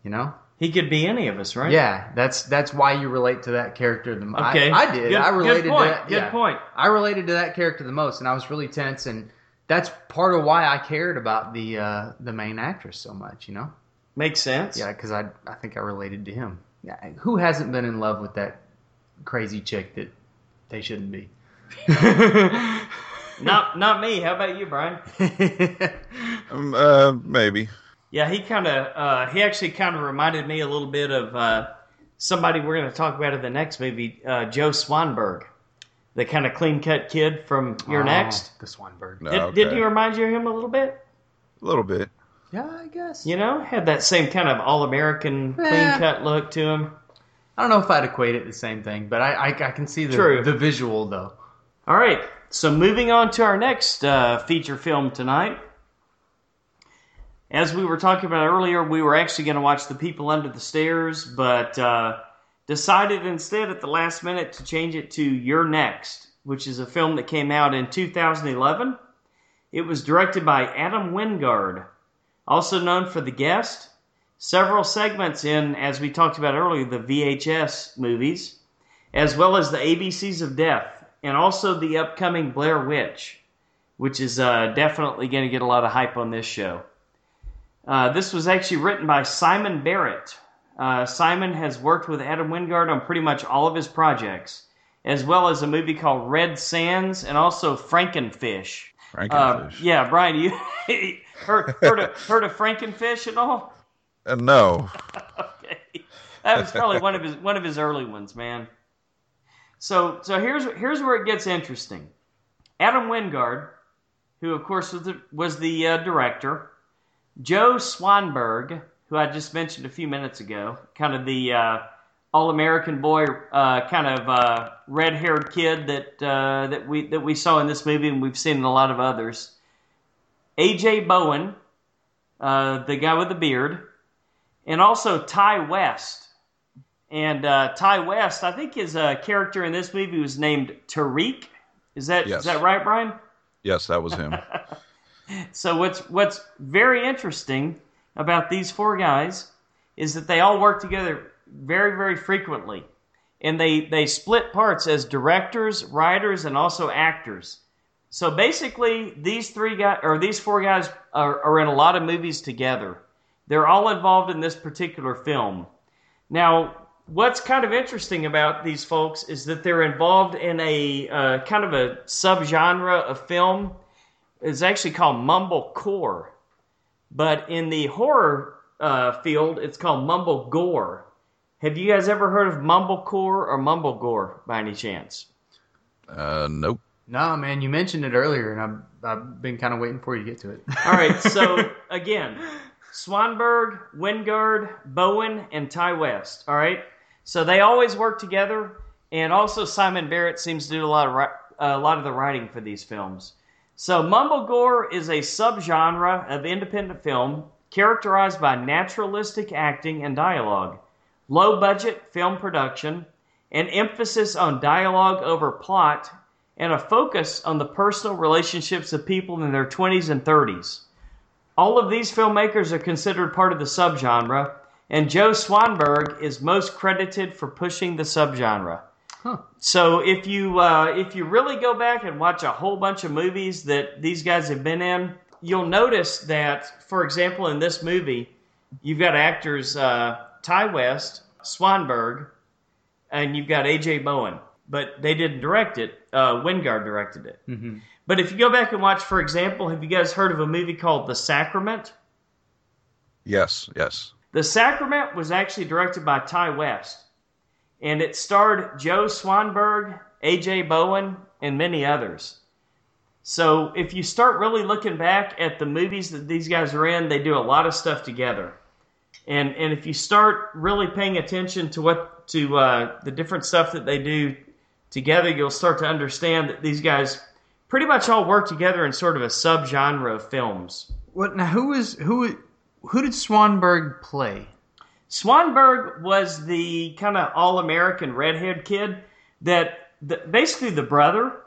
S3: You know?
S2: He could be any of us, right?
S3: Yeah, that's that's why you relate to that character the most.
S2: Okay.
S3: I, I did.
S2: Good-
S3: I related
S2: Good point.
S3: to that.
S2: Good
S3: yeah.
S2: point.
S3: I related to that character the most, and I was really tense, and that's part of why I cared about the uh, the main actress so much. You know,
S2: Makes sense.
S3: yeah, because I I think I related to him. Yeah, who hasn't been in love with that crazy chick that they shouldn't be? (laughs)
S2: (laughs) Not not me. How about you,
S3: (laughs)
S2: Brian?
S4: Um, uh, maybe.
S2: Yeah, he kind of uh, he actually kind of reminded me a little bit of uh, somebody we're going to talk about in the next movie, uh, Joe Swanberg, the kind of clean cut kid from Your
S3: Oh,
S2: Next.
S3: the Swanberg.
S4: No,
S2: Did,
S4: okay.
S2: Didn't he remind you of him a little bit?
S4: a little bit.
S3: Yeah, I guess.
S2: You know, had that same kind of all American
S3: Yeah.
S2: clean cut look to him.
S3: I don't know if I'd equate it the same thing, but I I, I can see the
S2: True.
S3: the visual though.
S2: All right. So moving on to our next uh, feature film tonight. As we were talking about earlier, we were actually going to watch The People Under the Stairs, but uh, decided instead at the last minute to change it to You're Next, which is a film that came out in 2011. It was directed by Adam Wingard, also known for The Guest, several segments in, as we talked about earlier, the VHS movies as well as the ABCs of Death, and also the upcoming Blair Witch, which is uh, definitely going to get a lot of hype on this show. Uh, this was actually written by Simon Barrett. Uh, Simon has worked with Adam Wingard on pretty much all of his projects, as well as a movie called Red Sands and also Frankenfish.
S3: Um,
S2: Uh,
S4: Frankenfish.
S2: yeah, Brian, you (laughs) heard, heard, of, heard of Frankenfish at all?
S4: Uh, no.
S2: okay. That was probably one of his one of his early ones, man. So so here's here's where it gets interesting. Adam Wingard, who of course was the, was the uh, director, Joe Swanberg, who I just mentioned a few minutes ago, kind of the uh, all American boy, uh, kind of uh, red haired kid that uh, that we that we saw in this movie and we've seen in a lot of others. AJ Bowen, uh, the guy with the beard, and also Ty West. And uh, Ty West, I think his uh, character in this movie was named Tariq. Is that is
S4: Yes.
S2: that right, Brian?
S4: Yes, that was
S3: (laughs)
S4: him.
S2: So what's what's very interesting about these four guys is that they all work together very very frequently, and they they split parts as directors, writers, and also actors. So basically, these three guys or these four guys are, are in a lot of movies together. They're all involved in this particular film. Now, what's kind of interesting about these folks is that they're involved in a uh, kind of a subgenre of film it's actually called mumblecore, but in the horror uh, field, it's called mumble gore. Have you guys ever heard of mumblecore or mumble gore by any chance?
S4: Uh, nope.
S3: No, man, you mentioned it earlier, and I've, I've been kind of waiting for you to get to it.
S2: All right, so again, Swanberg, Wingard, Bowen, and Ty West. All right, so they always work together, and also Simon Barrett seems to do a lot of ri- a lot of the writing for these films. So mumble gore is a subgenre of independent film characterized by naturalistic acting and dialogue, low budget film production, an emphasis on dialogue over plot, and a focus on the personal relationships of people in their 20s and 30s. All of these filmmakers are considered part of the subgenre, and Joe Swanberg is most credited for pushing the subgenre.
S3: (laughs) Huh.
S2: So if you uh, if you really go back and watch a whole bunch of movies that these guys have been in, you'll notice that, for example, in this movie, you've got actors uh, Ty West, Swanberg, and you've got AJ Bowen, but they didn't direct it. Uh, Wingard directed it.
S3: Mhm.
S2: But if you go back and watch, for example, have you guys heard of a movie called The Sacrament?
S4: Yes, yes.
S2: The Sacrament was actually directed by Ty West, and it starred Joe Swanberg, AJ Bowen, and many others. So if you start really looking back at the movies that these guys are in, they do a lot of stuff together. And and if you start really paying attention to what to uh, the different stuff that they do together, you'll start to understand that these guys pretty much all work together in sort of a subgenre of films.
S3: What now? Who was who? Who did Swanberg play?
S2: Swanberg was the kind of all American redhead kid that the, basically the brother.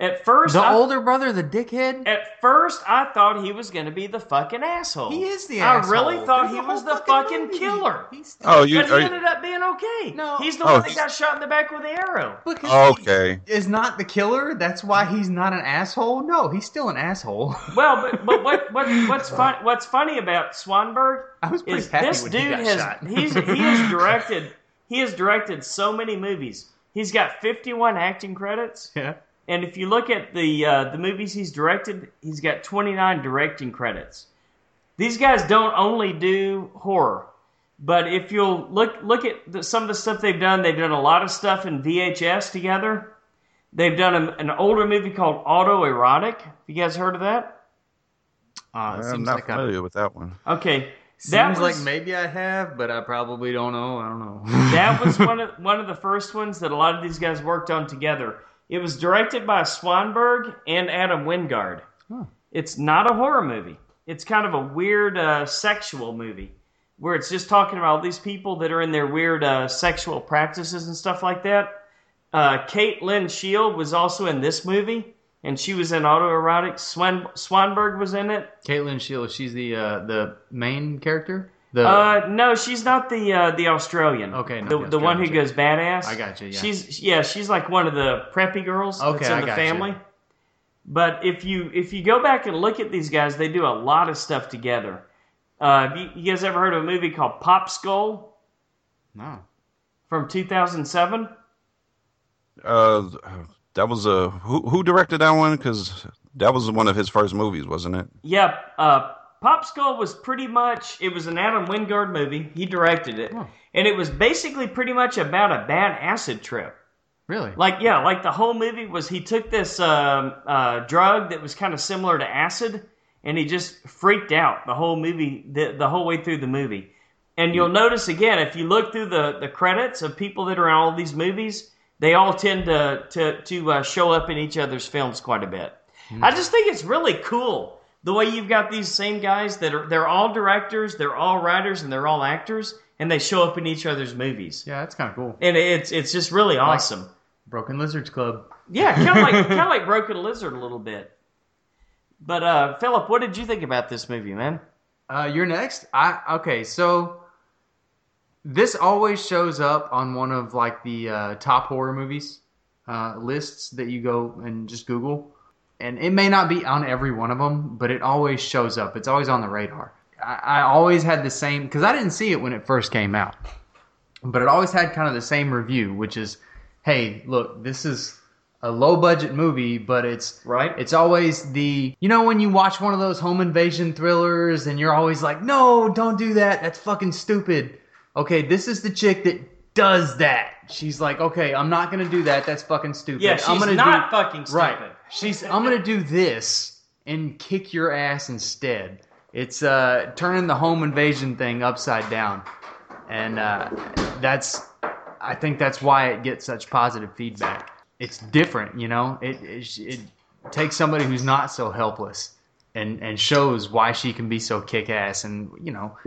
S2: At first,
S3: The
S2: I,
S3: older brother, the dickhead.
S2: at first I thought he was going to be the fucking asshole.
S3: He is the.
S2: I
S3: asshole.
S2: really thought
S3: There's
S2: he
S3: a
S2: was
S3: whole
S2: the fucking
S3: movie.
S2: killer.
S3: He's the-
S4: Oh, you.
S2: but he
S4: Are you
S2: ended up being okay.
S3: No.
S2: he's the
S4: Oh,
S2: one that
S4: he's-
S2: got shot in the back with the arrow.
S3: because
S4: okay.
S3: he Is not the killer. That's why he's not an asshole. No, he's still an asshole. (laughs)
S2: Well, but, but what, what what's fun, what's funny about Swanberg
S3: I was pretty
S2: is
S3: happy
S2: this
S3: when
S2: dude
S3: he got
S2: has
S3: shot.
S2: he's he
S3: (laughs)
S2: has directed he has directed so many movies. He's got 51 acting credits.
S3: yeah.
S2: And if you look at the uh, the movies he's directed, he's got 29 directing credits. These guys don't only do horror, but if you'll look look at the, some of the stuff they've done, they've done a lot of stuff in VHS together. They've done a, an older movie called Autoerotic. Have you guys heard of that?
S3: Uh, it
S4: I'm
S3: seems
S4: not
S3: like a,
S4: familiar with that one.
S2: Okay, That
S3: Seems
S2: was-
S3: like maybe I have, but I probably don't know. I don't know.
S2: That was one of one of the first ones that a lot of these guys worked on together. It was directed by Swanberg and Adam Wingard.
S3: Huh.
S2: It's not a horror movie. It's kind of a weird uh, sexual movie where it's just talking about all these people that are in their weird uh, sexual practices and stuff like that. Uh, Kate Lynn Shield was also in this movie, and she was in Autoerotic. Swan- Swanberg was in it.
S3: (laughs) Caitlin Shield, she's the uh, the main character. The
S2: Uh, no, she's not the uh, the Australian.
S3: Okay, not
S2: the,
S3: the
S2: the one who
S3: Australian
S2: goes badass.
S3: I got you, yeah.
S2: She's yeah, she's like one of the preppy girls
S3: Okay,
S2: that's in
S3: I
S2: the
S3: got you.
S2: family. But if you if you go back and look at these guys, they do a lot of stuff together. Uh, have you, you guys ever heard of a movie called Pop Skull
S3: no,
S2: from 2007?
S4: Uh, that was a who who directed that one? Because that was one of his first movies, wasn't it?
S2: Yeah, uh, Pop Skull was pretty much it was an Adam Wingard movie. He directed it,
S3: Huh.
S2: and it was basically pretty much about a bad acid trip.
S3: really?
S2: Like yeah, like the whole movie was he took this um, uh, drug that was kind of similar to acid, and he just freaked out the whole movie, the, the whole way through the movie. And you'll notice again if you look through the, the credits of people that are in all these movies, they all tend to to to uh, show up in each other's films quite a bit. I just think it's really cool the way you've got these same guys that are they're all directors, they're all writers, and they're all actors, and they show up in each other's movies.
S3: yeah, that's kind of cool.
S2: And it's it's just really awesome.
S3: Broken Lizards Club.
S2: Yeah, kind of like kind of like Broken Lizard a little bit. But uh, Philip, what did you think about this movie, man?
S3: Uh, you're next. I okay. So this always shows up on one of like the uh, top horror movies uh, lists that you go and just Google, and it may not be on every one of them, but it always shows up. It's always on the radar. I, I always had the same because I didn't see it when it first came out, but it always had kind of the same review, which is, "Hey, look, this is a low budget movie, but it's
S2: Right?
S3: it's always the you know when you watch one of those home invasion thrillers and you're always like, "No, don't do that. That's fucking stupid." Okay, this is the chick that does that. She's like, "Okay, I'm not going to do that. That's fucking stupid.
S2: yeah, she's
S3: I'm gonna
S2: not
S3: do,
S2: fucking stupid.
S3: right. She's I'm going to do this and kick your ass instead." It's uh turning the home invasion thing upside down. And uh that's I think that's why it gets such positive feedback. It's different, you know. It it, it takes somebody who's not so helpless and and shows why she can be so kick ass, and you know,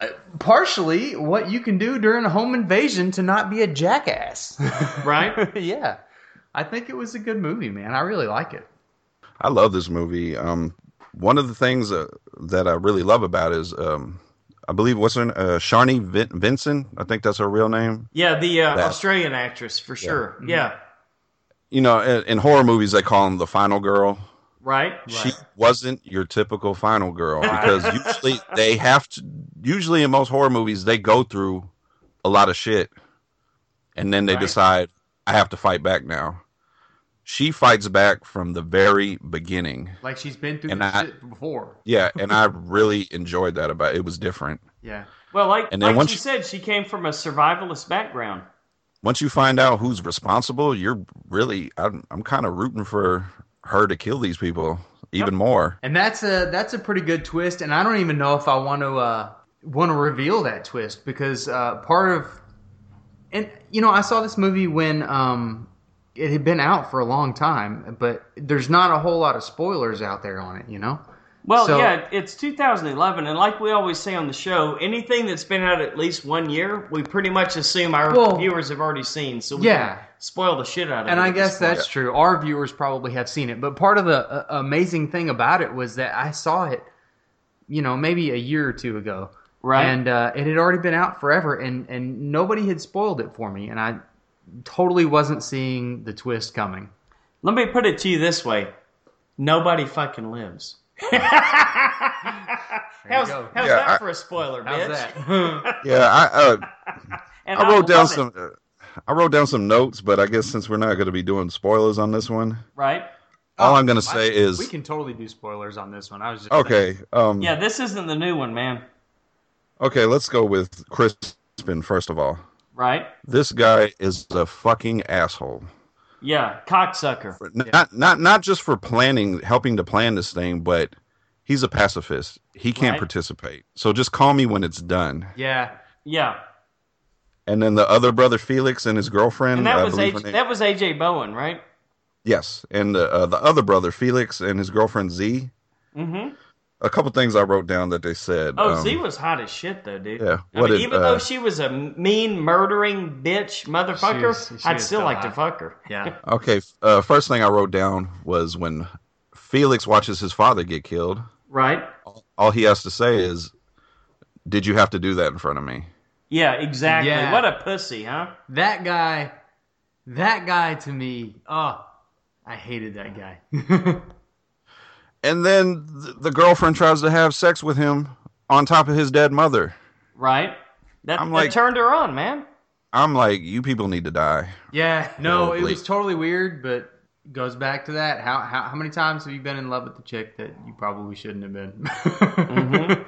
S3: uh, partially what you can do during a home invasion to not be a jackass,
S2: Right?
S3: (laughs) yeah, I think it was a good movie, man. I really like it.
S4: I love this movie. Um, one of the things uh, that I really love about it is um, I believe what's her n- uh, Sharni Vin- Vincent. I think that's her real name.
S2: Yeah, the uh,
S4: That.
S2: Australian actress for sure.
S3: Mhm.
S2: Yeah,
S4: You know, in, in horror movies they call them the final girl.
S2: right.
S4: She wasn't your typical final girl because
S2: (laughs)
S4: usually they have to. Usually in most horror movies they go through a lot of shit, and then they
S2: Right.
S4: decide I have to fight back now. She fights back from the very beginning.
S3: Like she's been through
S4: And
S3: this
S4: I-
S3: shit before,
S4: Yeah,
S2: (laughs)
S4: and I really enjoyed that about it. It was different.
S3: yeah.
S2: Well, like
S4: And then
S2: like
S4: once
S2: she
S4: you-
S2: said, she came from a survivalist background.
S4: once you find out who's responsible, you're really I'm I'm kind of rooting for her to kill these people even more.
S3: And that's a that's a pretty good twist. And I don't even know if I want to uh, want to reveal that twist because uh, part of and you know I saw this movie when um, it had been out for a long time, but there's not a whole lot of spoilers out there on it. You know,
S2: Well,
S3: So-
S2: yeah, it's 2011, and like we always say on the show, anything that's been out at least one year, we pretty much assume our
S3: Well-
S2: viewers have already seen, so we
S3: Yeah.
S2: can spoil the shit out of it.
S3: and I
S2: at this
S3: guess
S2: point.
S3: that's true. Our viewers probably have seen it, but part of the uh, amazing thing about it was that I saw it, you know, maybe a year or two ago.
S2: right.
S3: And uh, it had already been out forever, and, and nobody had spoiled it for me, and I totally wasn't seeing the twist coming.
S2: Let me put it to you this way: nobody fucking
S3: (laughs)
S2: lives. how's
S3: go.
S2: how's
S4: Yeah,
S2: that
S4: I-
S2: for a spoiler,
S3: How's
S2: bitch?
S3: that?
S4: Yeah, I uh,
S2: (laughs) And
S4: I wrote down
S2: love it,
S4: some uh, I wrote down some notes, but I guess since we're not going to be doing spoilers on this one,
S2: right.
S4: all
S3: Oh,
S4: I'm going to say is
S3: we can totally do spoilers on this one. I was just
S4: okay. Um,
S2: Yeah, this isn't the new one, man.
S4: okay, let's go with Crispin first of all.
S2: Right?
S4: This guy is a fucking asshole.
S2: Yeah, cocksucker.
S4: Not not not just for planning, helping to plan this thing, but he's a pacifist. He can't
S2: Right.
S4: participate. So just call me when it's done.
S3: Yeah.
S2: Yeah,
S4: And then the other brother Felix and his girlfriend.
S2: and that
S4: I
S2: was
S4: believe
S2: AJ,
S4: her name-
S2: that was AJ Bowen, right?
S4: yes, and the uh, the other brother Felix and his girlfriend Z.
S2: Mm-hmm.
S4: A couple things I wrote down that they said.
S2: Oh,
S4: um,
S2: Z was hot as shit though, dude.
S4: yeah,
S2: I
S4: what
S2: mean,
S4: did,
S2: even
S4: uh,
S2: though she was a mean, murdering bitch
S3: She
S2: motherfucker,
S3: was- she
S2: I'd
S3: was
S2: still
S3: so
S2: like to
S3: hot.
S2: fuck her.
S3: Yeah.
S4: Okay, f- uh, first thing I wrote down was when Felix watches his father get killed.
S2: Right?
S4: All he has to say is, "Did you have to do that in front of me?"
S2: Yeah, exactly.
S3: Yeah.
S2: What a pussy, huh?
S3: (laughs) That guy, that guy to me, oh, I hated that guy. (laughs)
S4: And then th- the girlfriend tries to have sex with him on top of his dead mother.
S2: Right? That,
S4: I'm
S2: that
S4: like-
S2: turned her on, man.
S4: I'm like, you people need to die.
S3: yeah, no,
S4: Oh,
S3: it
S4: Blake.
S3: was totally weird, but goes back to that. How, how how many times have you been in love with the chick that you probably shouldn't have been?
S2: Mm-hmm.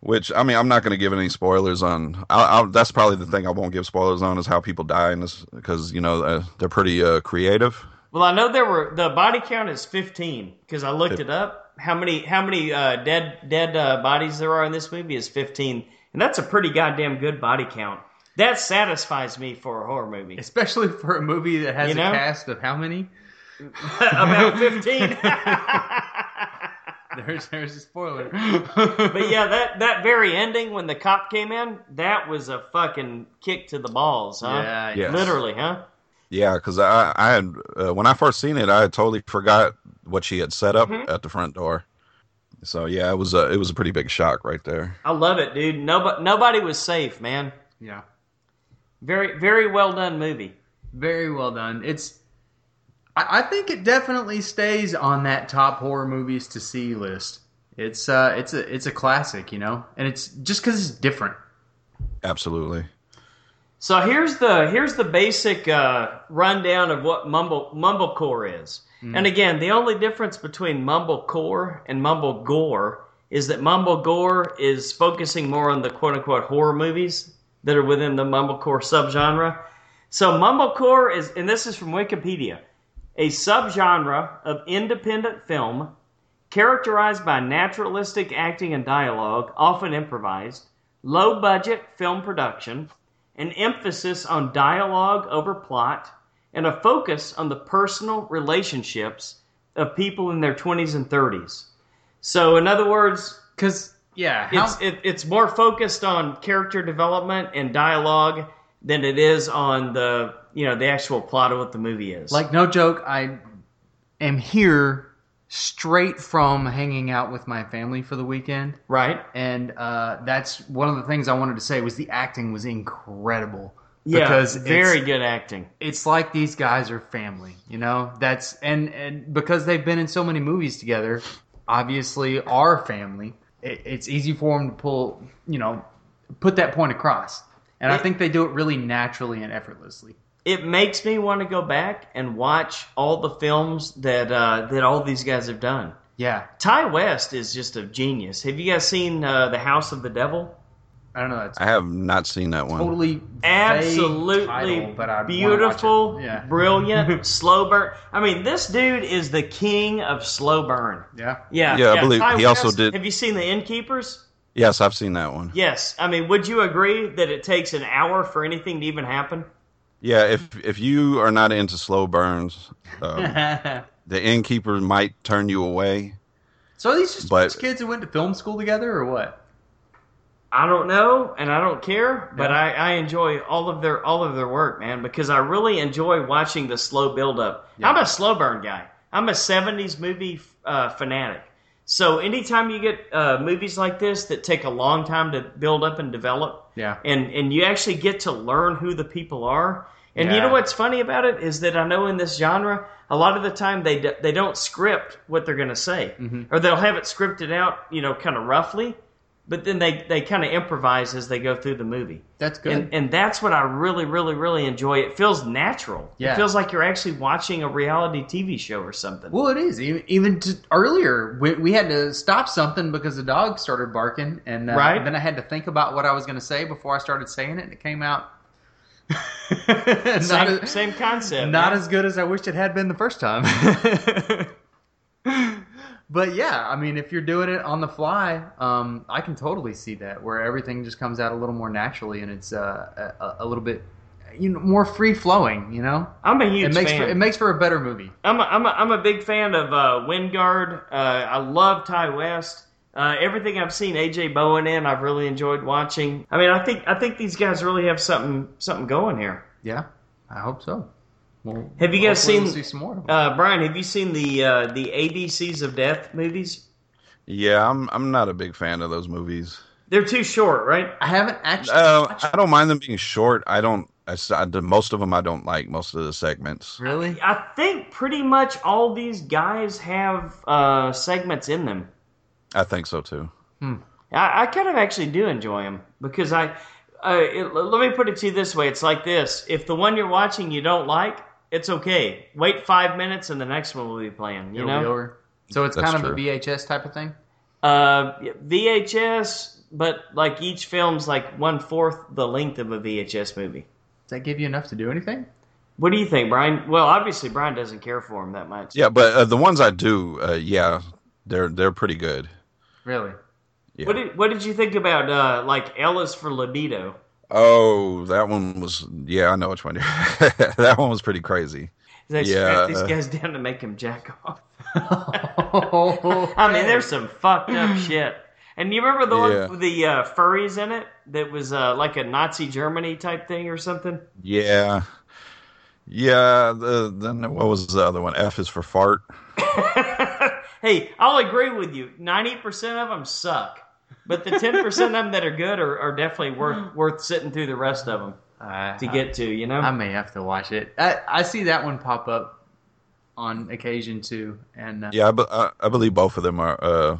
S4: Which I mean, I'm not going to give any spoilers on. I, I, that's probably the thing I won't give spoilers on is how people die in this because you know uh, they're pretty uh, creative.
S2: Well, I know there were the body count is 15 because I looked it up. How many how many uh, dead dead uh, bodies there are in this movie is 15, and that's a pretty goddamn good body count. That satisfies me for a horror movie.
S3: (laughs) Especially for a movie that has
S2: You know?
S3: a cast of how many?
S2: About 15.
S3: There's there's
S2: (laughs)
S3: a spoiler.
S2: But yeah, that that very ending when the cop came in, that was a fucking kick to the balls, huh?
S3: yeah,
S4: Yes.
S2: Literally, huh?
S4: Yeah, because I, I had uh, when I first seen it, I had totally forgot what she had set up at the front door. So yeah, it was a it was a pretty big shock right there.
S2: I love it, dude. Nobody nobody was safe, man.
S3: yeah.
S2: Very very well done movie.
S3: Very well done. It's. I, I think it definitely stays on that top horror movies to see list. It's uh, it's a it's a classic, you know, and it's just because it's different.
S4: Absolutely.
S2: So here's the here's the basic uh, rundown of what mumble mumblecore is. And again, the only difference between mumblecore and mumblegore is that mumblegore is focusing more on the quote unquote horror movies that are within the mumblecore subgenre. So mumblecore is, and this is from Wikipedia, a subgenre of independent film characterized by naturalistic acting and dialogue, often improvised, low budget film production an emphasis on dialogue over plot, and a focus on the personal relationships of people in their 20s and 30s. So, in other words,
S3: Because yeah, how,
S2: it's, it, it's more focused on character development and dialogue than it is on the you know the actual plot of what the movie is.
S3: like no joke, I am here straight from hanging out with my family for the weekend,
S2: right?
S3: and uh, that's one of the things I wanted to say was the acting was incredible.
S2: Yeah,
S3: because it's-
S2: very good acting.
S3: it's like these guys are family, you know. That's and and because they've been in so many movies together, obviously are family. It, it's easy for them to pull, you know, put that point across. And I think they do it really naturally and effortlessly.
S2: It makes me want to go back and watch all the films that uh, that all these guys have done.
S3: Yeah,
S2: Ty West is just a genius. Have you guys seen uh, The House of the Devil?
S3: I don't know. That's
S4: I have not seen that one.
S3: totally vague
S2: Absolutely
S3: title, but I wanna watch it.
S2: beautiful,
S3: Yeah, (laughs)
S2: brilliant, slow burn. I mean, this dude is the king of slow burn.
S3: yeah.
S2: Yeah,
S4: Yeah, I believe he also did-
S2: Have you seen The Innkeepers?
S4: Yes, I've seen that one.
S2: Yes. I mean, would you agree that it takes an hour for anything to even happen?
S4: Yeah, if if you are not into slow burns, um, the innkeeper might turn you away.
S3: (laughs) so are these just
S4: But-
S3: kids who went to film school together, or what?
S2: I don't know, and I don't care, but I, I enjoy all of their all of their work, man, because I really enjoy watching the slow build up. I'm a slow burn guy. I'm a '70s movie uh, fanatic. So anytime you get uh, movies like this that take a long time to build up and develop,
S3: Yeah.
S2: and and you actually get to learn who the people are. And you know
S3: Yeah.
S2: what's funny about it is that I know in this genre, a lot of the time they d- they don't script what they're going to say,
S3: Mm-hmm.
S2: or they'll have it scripted out, you know, kind of roughly, but then they they kind of improvise as they go through the movie.
S3: That's good.
S2: And, and that's what I really, really, really enjoy. It feels natural.
S3: Yeah.
S2: It feels like you're actually watching a reality TV show or something.
S3: Well, it is. Even, even to, earlier, we, we had to stop something because the dog started barking, and uh,
S2: Right.
S3: then I had to think about what I was going to say before I started saying it, and it came out (laughs) not,
S2: same,
S3: as,
S2: same concept.
S3: not
S2: man.
S3: as good as I wished it had been the first time. (laughs) But yeah, I mean, if you're doing it on the fly, um, I can totally see that where everything just comes out a little more naturally and it's uh, a, a little bit you know, more free flowing. You know,
S2: I'm a huge
S3: it makes
S2: fan.
S3: for, it makes for a better movie.
S2: I'm a, I'm a, I'm a big fan of uh, Wingard. Uh, I love Ty West. Uh, everything I've seen AJ Bowen in, I've really enjoyed watching. I mean, I think I think these guys really have something something going here.
S3: Yeah, I hope so. Well,
S2: Have you guys
S3: hopefully we'll
S2: seen-
S3: see some more? of them.
S2: Uh, Brian, have you seen the uh, the ABCs of Death movies?
S4: Yeah, I'm I'm not a big fan of those movies.
S2: They're too short, right?
S3: I haven't actually.
S4: Uh,
S3: watched-
S4: I don't mind them being short. I don't. I, s- I- most of them I don't like. Most of the segments.
S3: really?
S2: I think pretty much all these guys have uh, segments in them.
S4: I think so too.
S2: I, I kind of actually do enjoy them because I. Uh, it, l- let me put it to you this way: It's like this. If the one you're watching you don't like, it's okay. Wait five minutes, and the next one will be playing. You
S3: It'll be
S2: know,
S3: over. So it's
S4: That's
S3: kind of
S4: true.
S3: a VHS type of thing.
S2: uh, VHS, but like each film's like one fourth the length of a VHS movie.
S3: Does that give you enough to do anything?
S2: What do you think, Brian? Well, obviously Brian doesn't care for him that much.
S4: Yeah, but uh, the ones I do, uh, yeah, they're they're pretty good.
S3: Really?
S4: Yeah.
S2: What did What did you think about uh, like Ellis for libido?
S4: Oh, that one was. Yeah, I know which one. (laughs) that one was pretty crazy.
S2: They
S4: Yeah,
S2: strapped these
S4: uh,
S2: guys down to make him jack off. (laughs) (laughs) I
S3: I (laughs)
S2: mean, there's some fucked up shit. And you remember the
S4: Yeah.
S2: one with the uh, furries in it that was uh, like a Nazi Germany type thing or something? (laughs)
S4: Yeah, yeah. The, then what was the other one? F is for fart.
S2: hey, I'll agree with you. 90% of them suck. But the 10% of them that are good are, are definitely worth worth sitting through the rest of them
S3: I,
S2: to get to, you know?
S3: I, may have to watch it. I, I see that one pop up on occasion too, and uh,
S4: Yeah, I, be- I, I believe both of them are. Uh,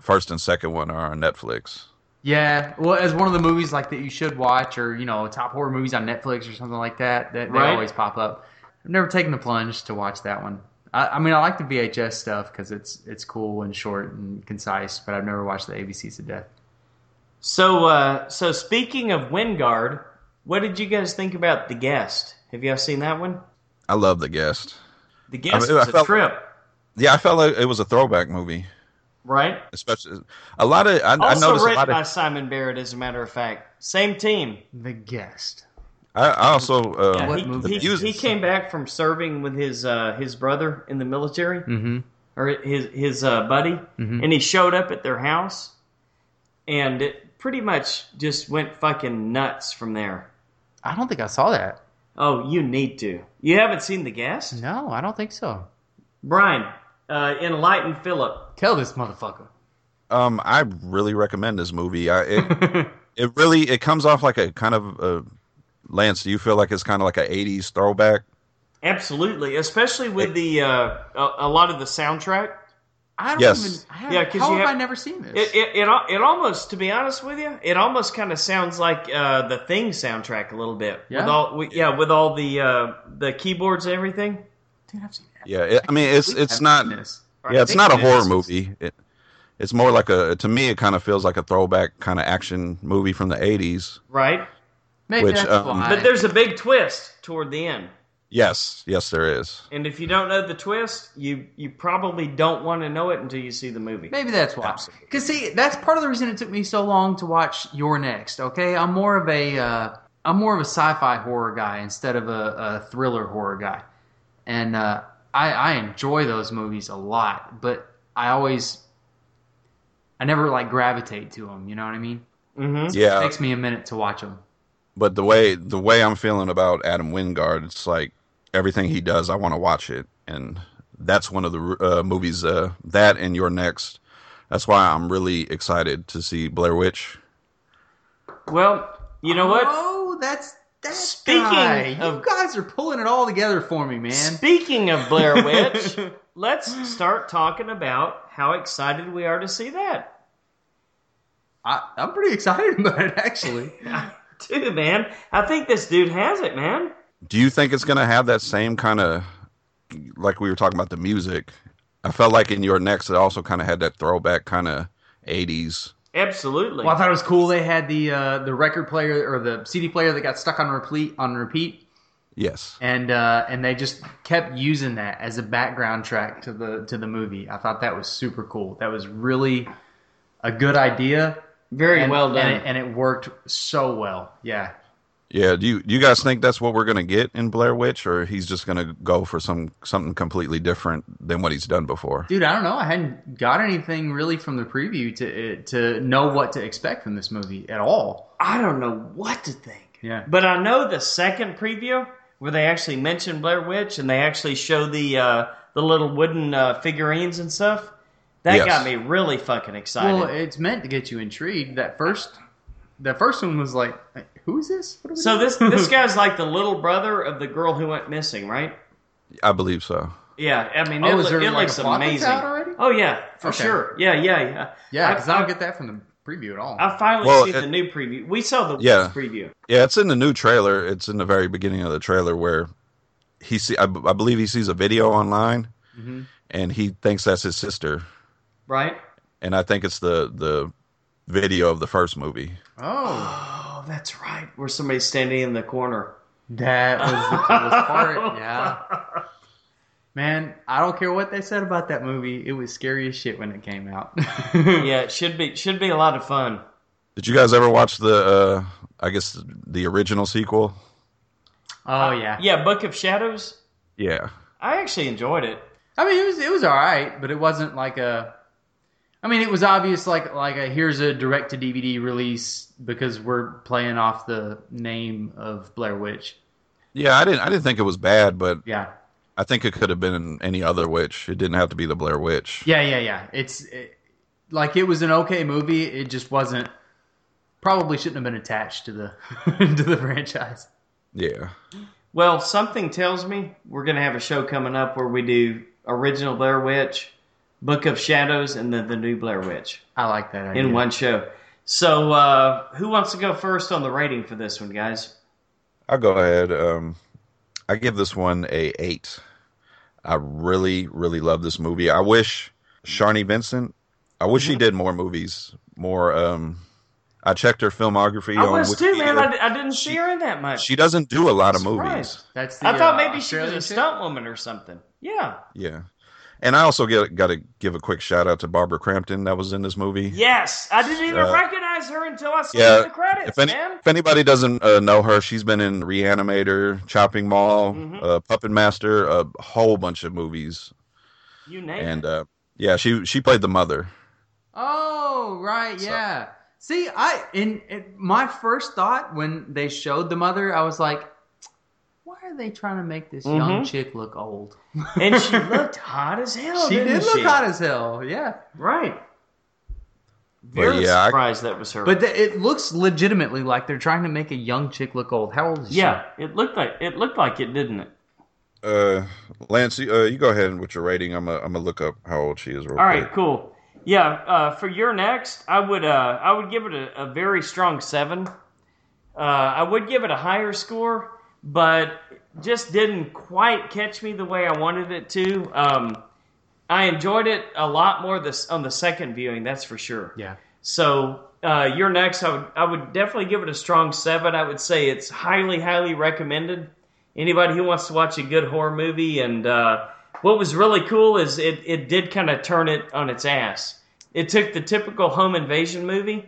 S4: first and second one are on Netflix.
S3: yeah, well, as one of the movies like that you should watch, or you know, top horror movies on Netflix or something like that. That they
S2: Right.
S3: always pop up. I've never taken the plunge to watch that one. I, I mean, I like the VHS stuff because it's it's cool and short and concise, but I've never watched the ABCs of Death.
S2: so, uh, so speaking of Wingard, what did you guys think about The Guest? Have y'all seen that one?
S4: I love the guest.
S2: The Guest
S4: mean, I
S2: was a
S4: felt-
S2: trip,
S4: Yeah, I felt like it was a throwback movie,
S2: right?
S4: especially a lot of. I, I
S2: Also
S4: noticed a
S2: written
S4: lot
S2: by
S4: of.
S2: Simon Barrett, as a matter of fact. Same team.
S3: The guest.
S4: I, I also uh,
S2: Yeah,
S3: What
S2: he,
S3: movie
S2: he,
S4: is this?
S2: he came back from serving with his uh, his brother in the military
S3: Mm-hmm.
S2: or his his uh, buddy, and he showed up at their house, and it pretty much just went fucking nuts from there.
S3: I don't think I saw that.
S2: Oh, you need to. You haven't seen the guest,
S3: No, I don't think so.
S2: Brian? Uh, enlighten Philip.
S3: Tell this motherfucker.
S4: um, I really recommend this movie. I,
S2: (laughs)
S4: it, it really it comes off like a kind of uh Lance. Do you feel like it's kind of like a '80s throwback?
S2: Absolutely, especially with the uh, a, a lot of the soundtrack.
S3: I don't
S4: Yes.
S3: even. I
S2: Yeah,
S3: yeah,
S2: 'cause
S3: how
S2: you
S3: have,
S2: have-
S3: I never seen this?
S2: It, it, it, al- it almost, to be honest with you, it almost kind of sounds like uh, the Thing soundtrack a little bit.
S3: Yeah?
S2: With all, with, yeah, with all the uh, the keyboards and everything.
S3: Dude, I've seen it.
S4: Yeah, it, I mean it's
S3: We
S4: it's
S3: haven't
S4: not.
S3: seen this.
S4: Yeah, it's not a
S2: It
S4: horror
S2: is.
S4: movie. It, it's more like a to me. It kind of feels like a throwback kind of action movie from the '80s.
S2: right?
S3: Maybe
S4: Which,
S3: that's
S4: um,
S3: why.
S2: But there's a big twist toward the end,
S4: Yes, yes, there is.
S2: and if you don't know the twist, you you probably don't want to know it until you see the movie.
S3: Maybe that's why. Because see, that's part of the reason it took me so long to watch Your Next. Okay, I'm more of a uh, I'm more of a sci-fi horror guy instead of a, a thriller horror guy, and uh, I, I enjoy those movies a lot. But I always I never like gravitate to them. You know what I mean?
S2: Mm-hmm.
S4: Yeah,
S3: It takes me a minute to watch them.
S4: but the way the way I'm feeling about Adam Wingard, it's like everything he does, I want to watch it, and that's one of the uh, movies uh, that and your next. That's why I'm really excited to see Blair Witch.
S2: Well, you know what?
S3: Oh, that's that
S2: Speaking
S3: guy. You
S2: of-
S3: guys are pulling it all together for me, man.
S2: Speaking of
S3: (laughs)
S2: Blair Witch, let's start talking about how excited we are to see that. (laughs)
S3: I, I'm pretty excited about it,
S2: (laughs)
S3: actually.
S2: Dude, man, I think this dude has it, man.
S4: Do you think it's gonna have that same kind of like we were talking about the music? I felt like in your next, it also kind of had that throwback kind of '80s.
S2: Absolutely.
S3: Well, I thought it was cool they had the uh, the record player or the CD player that got stuck on repeat on repeat,
S4: Yes.
S3: and uh, and they just kept using that as a background track to the to the movie. I thought that was super cool. That was really a good idea.
S2: Very
S3: and,
S2: well done.
S3: and it, and it worked so well. Yeah,
S4: Yeah. Do you do you guys think that's what we're gonna get in Blair Witch, or he's just gonna go for some something completely different than what he's done before?
S3: dude, I don't know. I hadn't got anything really from the preview to uh, to know what to expect from this movie at all.
S2: I don't know what to think.
S3: Yeah.
S2: But I know the second preview where they actually mention Blair Witch and they actually show the uh, the little wooden uh, figurines and stuff. That
S4: Yes.
S2: got me really fucking excited.
S3: Well, it's meant to get you intrigued. That first, that first one was like, who is this? What are we
S2: so
S3: doing?
S2: this
S3: (laughs)
S2: this guy's like the little brother of the girl who went missing, right?
S4: I believe so.
S2: Yeah, I mean,
S3: Oh,
S2: it,
S3: is
S2: loo-
S3: there,
S2: it
S3: like,
S2: looks
S3: a plot that's
S2: amazing.
S3: out already?
S2: Oh yeah, for
S3: Okay.
S2: sure. Yeah, yeah, yeah.
S3: yeah,
S2: I-
S3: because I,
S2: I-
S3: don't get that from the preview at all.
S2: I finally
S4: Well,
S2: see
S4: it-
S2: the new preview. We saw the
S4: Yeah.
S2: preview.
S4: Yeah, it's in the new trailer. It's in the very beginning of the trailer where he see. I, b- I believe he sees a video online,
S3: Mhm.
S4: and he thinks that's his sister.
S2: right?
S4: And I think it's the the video of the first movie.
S3: (gasps) oh,
S2: Oh, that's right. Where somebody's standing in the corner.
S3: that was the coolest (laughs) part. Yeah, man, I don't care what they said about that movie. It was scary as shit when it came out. (laughs)
S2: Yeah, it should be should be a lot of fun.
S4: Did you guys ever watch the? uh I guess the original sequel.
S3: Oh yeah.
S2: Yeah, Book of Shadows.
S4: Yeah.
S2: I actually enjoyed it.
S3: I mean, it was it was all right, but it wasn't like a. I mean, it was obvious like like a here's a direct to DVD release because we're playing off the name of Blair Witch.
S4: Yeah, I didn't. I didn't think it was bad, but
S3: Yeah,
S4: I think it could have been any other witch. It didn't have to be the Blair Witch.
S3: yeah, yeah, yeah. It's it, like it was an okay movie. It just wasn't. Probably shouldn't have been attached to the (laughs) to the franchise.
S4: Yeah.
S2: Well, something tells me we're gonna have a show coming up where we do original Blair Witch, Book of Shadows, and then the new Blair Witch
S3: I like that idea.
S2: in one show. So, uh, who wants to go first on the rating for this one, guys?
S4: I'll go ahead. Um, I give this one a eight. I really, really love this movie. I wish Sharni Vincent. I wish
S2: Mm-hmm.
S4: she did more movies. More. Um, I checked her filmography.
S2: I
S4: on
S2: was too, man. I,
S4: Wikipedia.
S2: di- I didn't see
S4: She-
S2: her in that much.
S4: she doesn't do a lot of
S2: Surprised.
S4: movies.
S3: That's the,
S2: I thought
S3: uh,
S2: maybe she was
S3: Australian
S2: a
S3: chick?
S2: stunt woman or something. Yeah.
S4: Yeah. And I also get got to give a quick shout out to Barbara Crampton that was in this movie.
S2: Yes, I didn't even
S4: Uh,
S2: recognize her until I saw
S4: yeah,
S2: the credits,
S4: if, any,
S2: man.
S4: if anybody doesn't uh, know her, she's been in Reanimator, Chopping Mall,
S2: Mm-hmm.
S4: uh, Puppet Master, a whole bunch of movies,
S2: You name
S4: and
S2: it.
S4: uh, yeah, she she played the mother.
S3: Oh, right, yeah. See, I in, in my first thought when they showed the mother, I was like, why are they trying to make this young
S2: Mhm.
S3: chick look old?
S2: and
S3: (laughs)
S2: she looked hot as hell.
S3: uh, she
S2: didn't
S3: did look
S2: she?
S3: hot as hell, yeah.
S2: right.
S4: But
S2: Very
S4: yeah, I-
S2: surprised that was her.
S3: But th- it looks legitimately like they're trying to make a young chick look old. How old is she?
S2: yeah, it looked like it looked like it, didn't it?
S4: uh, Lance, you- uh, you go ahead and with your rating. I'm gonna I'm gonna look up how old she is. Real
S2: All right,
S4: quick.
S2: cool. Yeah, uh, for your next, I would uh, I would give it a, a very strong seven. Uh, I would give it a higher score, but just didn't quite catch me the way I wanted it to. Um, I enjoyed it a lot more this on the second viewing, that's for sure.
S3: Yeah.
S2: So uh, you're next. I would I would definitely give it a strong seven. I would say it's highly highly recommended. Anybody who wants to watch a good horror movie and uh, what was really cool is it it did kind of turn it on its ass. It took the typical home invasion movie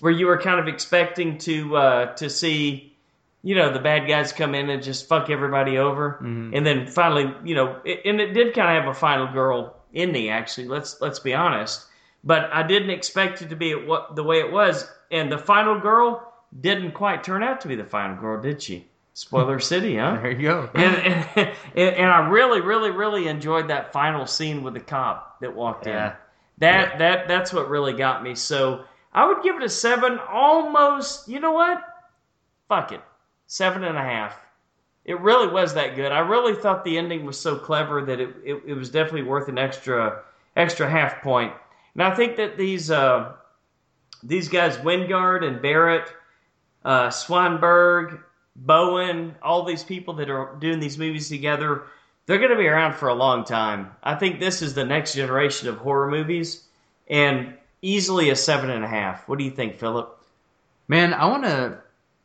S2: where you were kind of expecting to uh, to see you know the bad guys come in and just fuck everybody over and then finally you know it, and it did kind of have a final girl ending actually let's let's be honest but i didn't expect it to be at what the way it was and the final girl didn't quite turn out to be the final girl did she spoiler city huh
S3: There you go.
S2: (laughs) and, and, and and I really, really, really enjoyed that final scene with the cop that walked
S3: Yeah.
S2: in. That that that's what really got me. So I would give it a seven, almost. You know what? Fuck it, seven and a half. It really was that good. I really thought the ending was so clever that it it, it was definitely worth an extra extra half point. And I think that these uh, these guys, Wingard and Barrett, uh, Swanberg, Bowen, all these people that are doing these movies together, they're going to be around for a long time. I think this is the next generation of horror movies, and easily a seven and a half. What do you think, Philip?
S3: Man, I want to.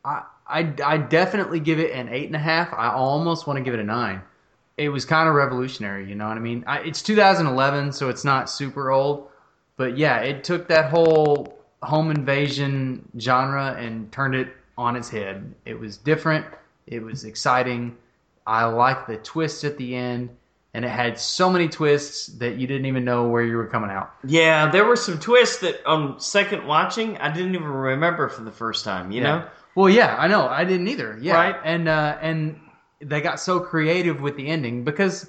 S3: I I, I definitely give it an eight and a half. I almost want to give it a nine. It was kind of revolutionary, you know what I mean? I, it's 2011, so it's not super old, but yeah, it took that whole home invasion genre and turned it on its head. It was different. It was exciting. I liked the twist at the end, and it had so many twists that you didn't even know where you were coming out.
S2: Yeah, there were some twists that on second watching I didn't even remember from the first time. You
S3: Yeah.
S2: know,
S3: Well, yeah, I know. I didn't either. Yeah,
S2: Right.
S3: and uh, and they got so creative with the ending because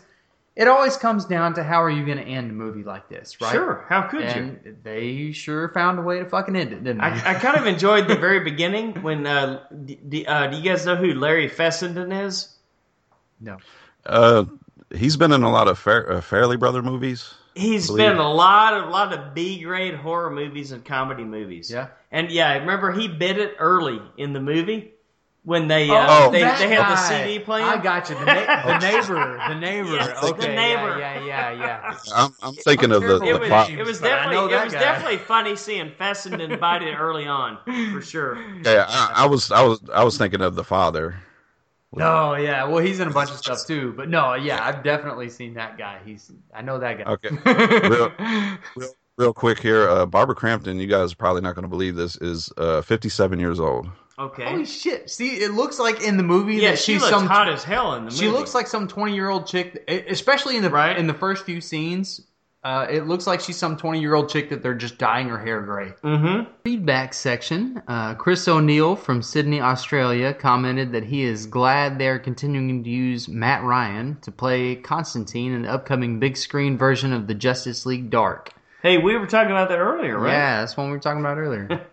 S3: it always comes down to how are you going to end a movie like this, right?
S2: sure. How could you?
S3: And they sure found a way to fucking end it, didn't they?
S2: I, I kind of enjoyed the very beginning when uh, d- d- uh, do you guys know who Larry Fessenden is?
S3: (laughs) no.
S4: Uh, he's been in a lot of Fair, uh, Fairly Brother movies.
S2: He's
S4: Believe
S2: been
S4: it.
S2: a lot of lot of B grade horror movies and comedy movies.
S3: Yeah.
S2: and yeah, I remember he bid it early in the movie when they uh,
S4: Oh,
S2: they,
S3: that
S2: they had the
S3: guy.
S2: CD playing.
S3: I got you. The, na-
S2: (laughs)
S3: the neighbor. The neighbor.
S2: Yes, the
S3: okay. yeah,
S2: neighbor.
S3: Yeah, yeah, yeah.
S2: (laughs)
S4: I'm, I'm thinking of the,
S3: terrible
S2: it
S4: the
S2: was,
S4: pop.
S2: it was
S3: But I
S2: definitely
S3: know
S2: it
S3: that
S2: was
S3: guy.
S2: definitely funny seeing
S3: (laughs)
S2: Fessenden bite it early on for sure.
S4: Yeah, I, I was I was I was thinking of the father.
S3: No, yeah. Well, he's in a bunch of stuff too, but no, yeah, I've definitely seen that guy. He's, I know that guy.
S2: (laughs)
S4: Okay.
S3: (laughs)
S4: Real, real quick here, uh, Barbara Crampton. You guys are probably not going to believe this is uh, 57 years old.
S2: Okay,
S3: Holy shit! See, it looks like in the movie
S2: yeah,
S3: that
S2: she
S3: she's
S2: looks
S3: some
S2: hot as hell in the movie.
S3: she looks like some 20 year old chick e, especially in the
S2: Right.
S3: in the first few scenes uh, it looks like she's some 20 year old chick that they're just dyeing her hair gray
S2: Mm-hmm.
S3: feedback section uh, chris o'neill from sydney australia commented that he is glad they're continuing to use matt ryan to play constantine in the upcoming big screen version of the justice league dark
S2: Hey, we were talking about that earlier, right?
S3: yeah that's one we were talking about earlier (laughs)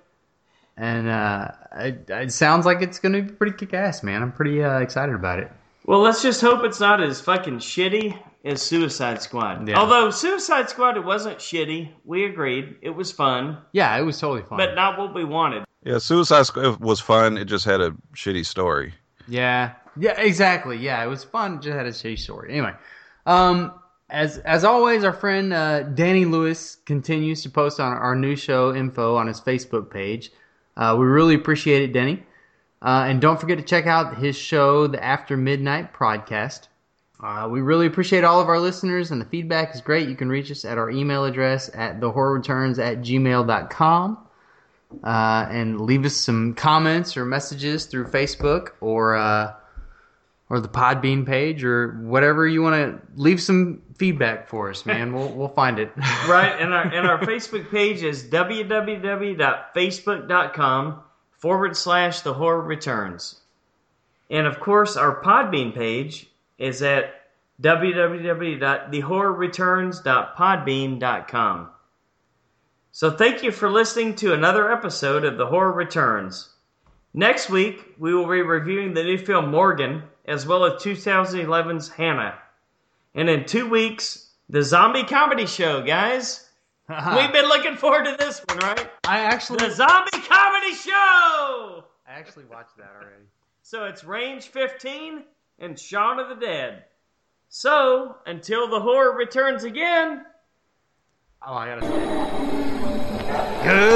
S3: and uh, it, it sounds like it's going to be pretty kick-ass man i'm pretty uh, excited about it
S2: Well, let's just hope it's not as fucking shitty as Suicide Squad.
S3: Yeah.
S2: Although Suicide Squad, it wasn't shitty. We agreed it was fun,
S3: yeah it was totally fun
S2: but not what we wanted.
S4: Yeah, Suicide Squad was fun. It just had a shitty story.
S3: Yeah. Yeah, exactly. Yeah, it was fun. Just had a shitty story. Anyway, um, as as always, our friend uh, Danny Lewis continues to post on our new show info on his Facebook page. Uh, we really appreciate it, Danny. Uh, and don't forget to check out his show, the After Midnight Podcast. Uh, we really appreciate all of our listeners, and the feedback is great. You can reach us at our email address at thehorrorreturns at gmail.com uh, and leave us some comments or messages through Facebook or uh, or the Podbean page or whatever you want to leave some feedback for us, man. We'll we'll find it.
S2: (laughs) Right,
S3: (laughs)
S2: and our and our Facebook page is www.facebook.com forward slash the horror returns, and of course our Podbean page is at www.thehorrorreturns.podbean.com. So thank you for listening to another episode of The Horror Returns. Next week, we will be reviewing the new film Morgan, as well as 2011's Hannah. And in two weeks, the zombie comedy show, guys. We've been looking forward to this one, right?
S3: I actually
S2: The zombie comedy show!
S3: I actually watched that already.
S2: So it's Range 15 and Shaun of the Dead. So, until the horror returns again.
S3: Oh, I gotta. Good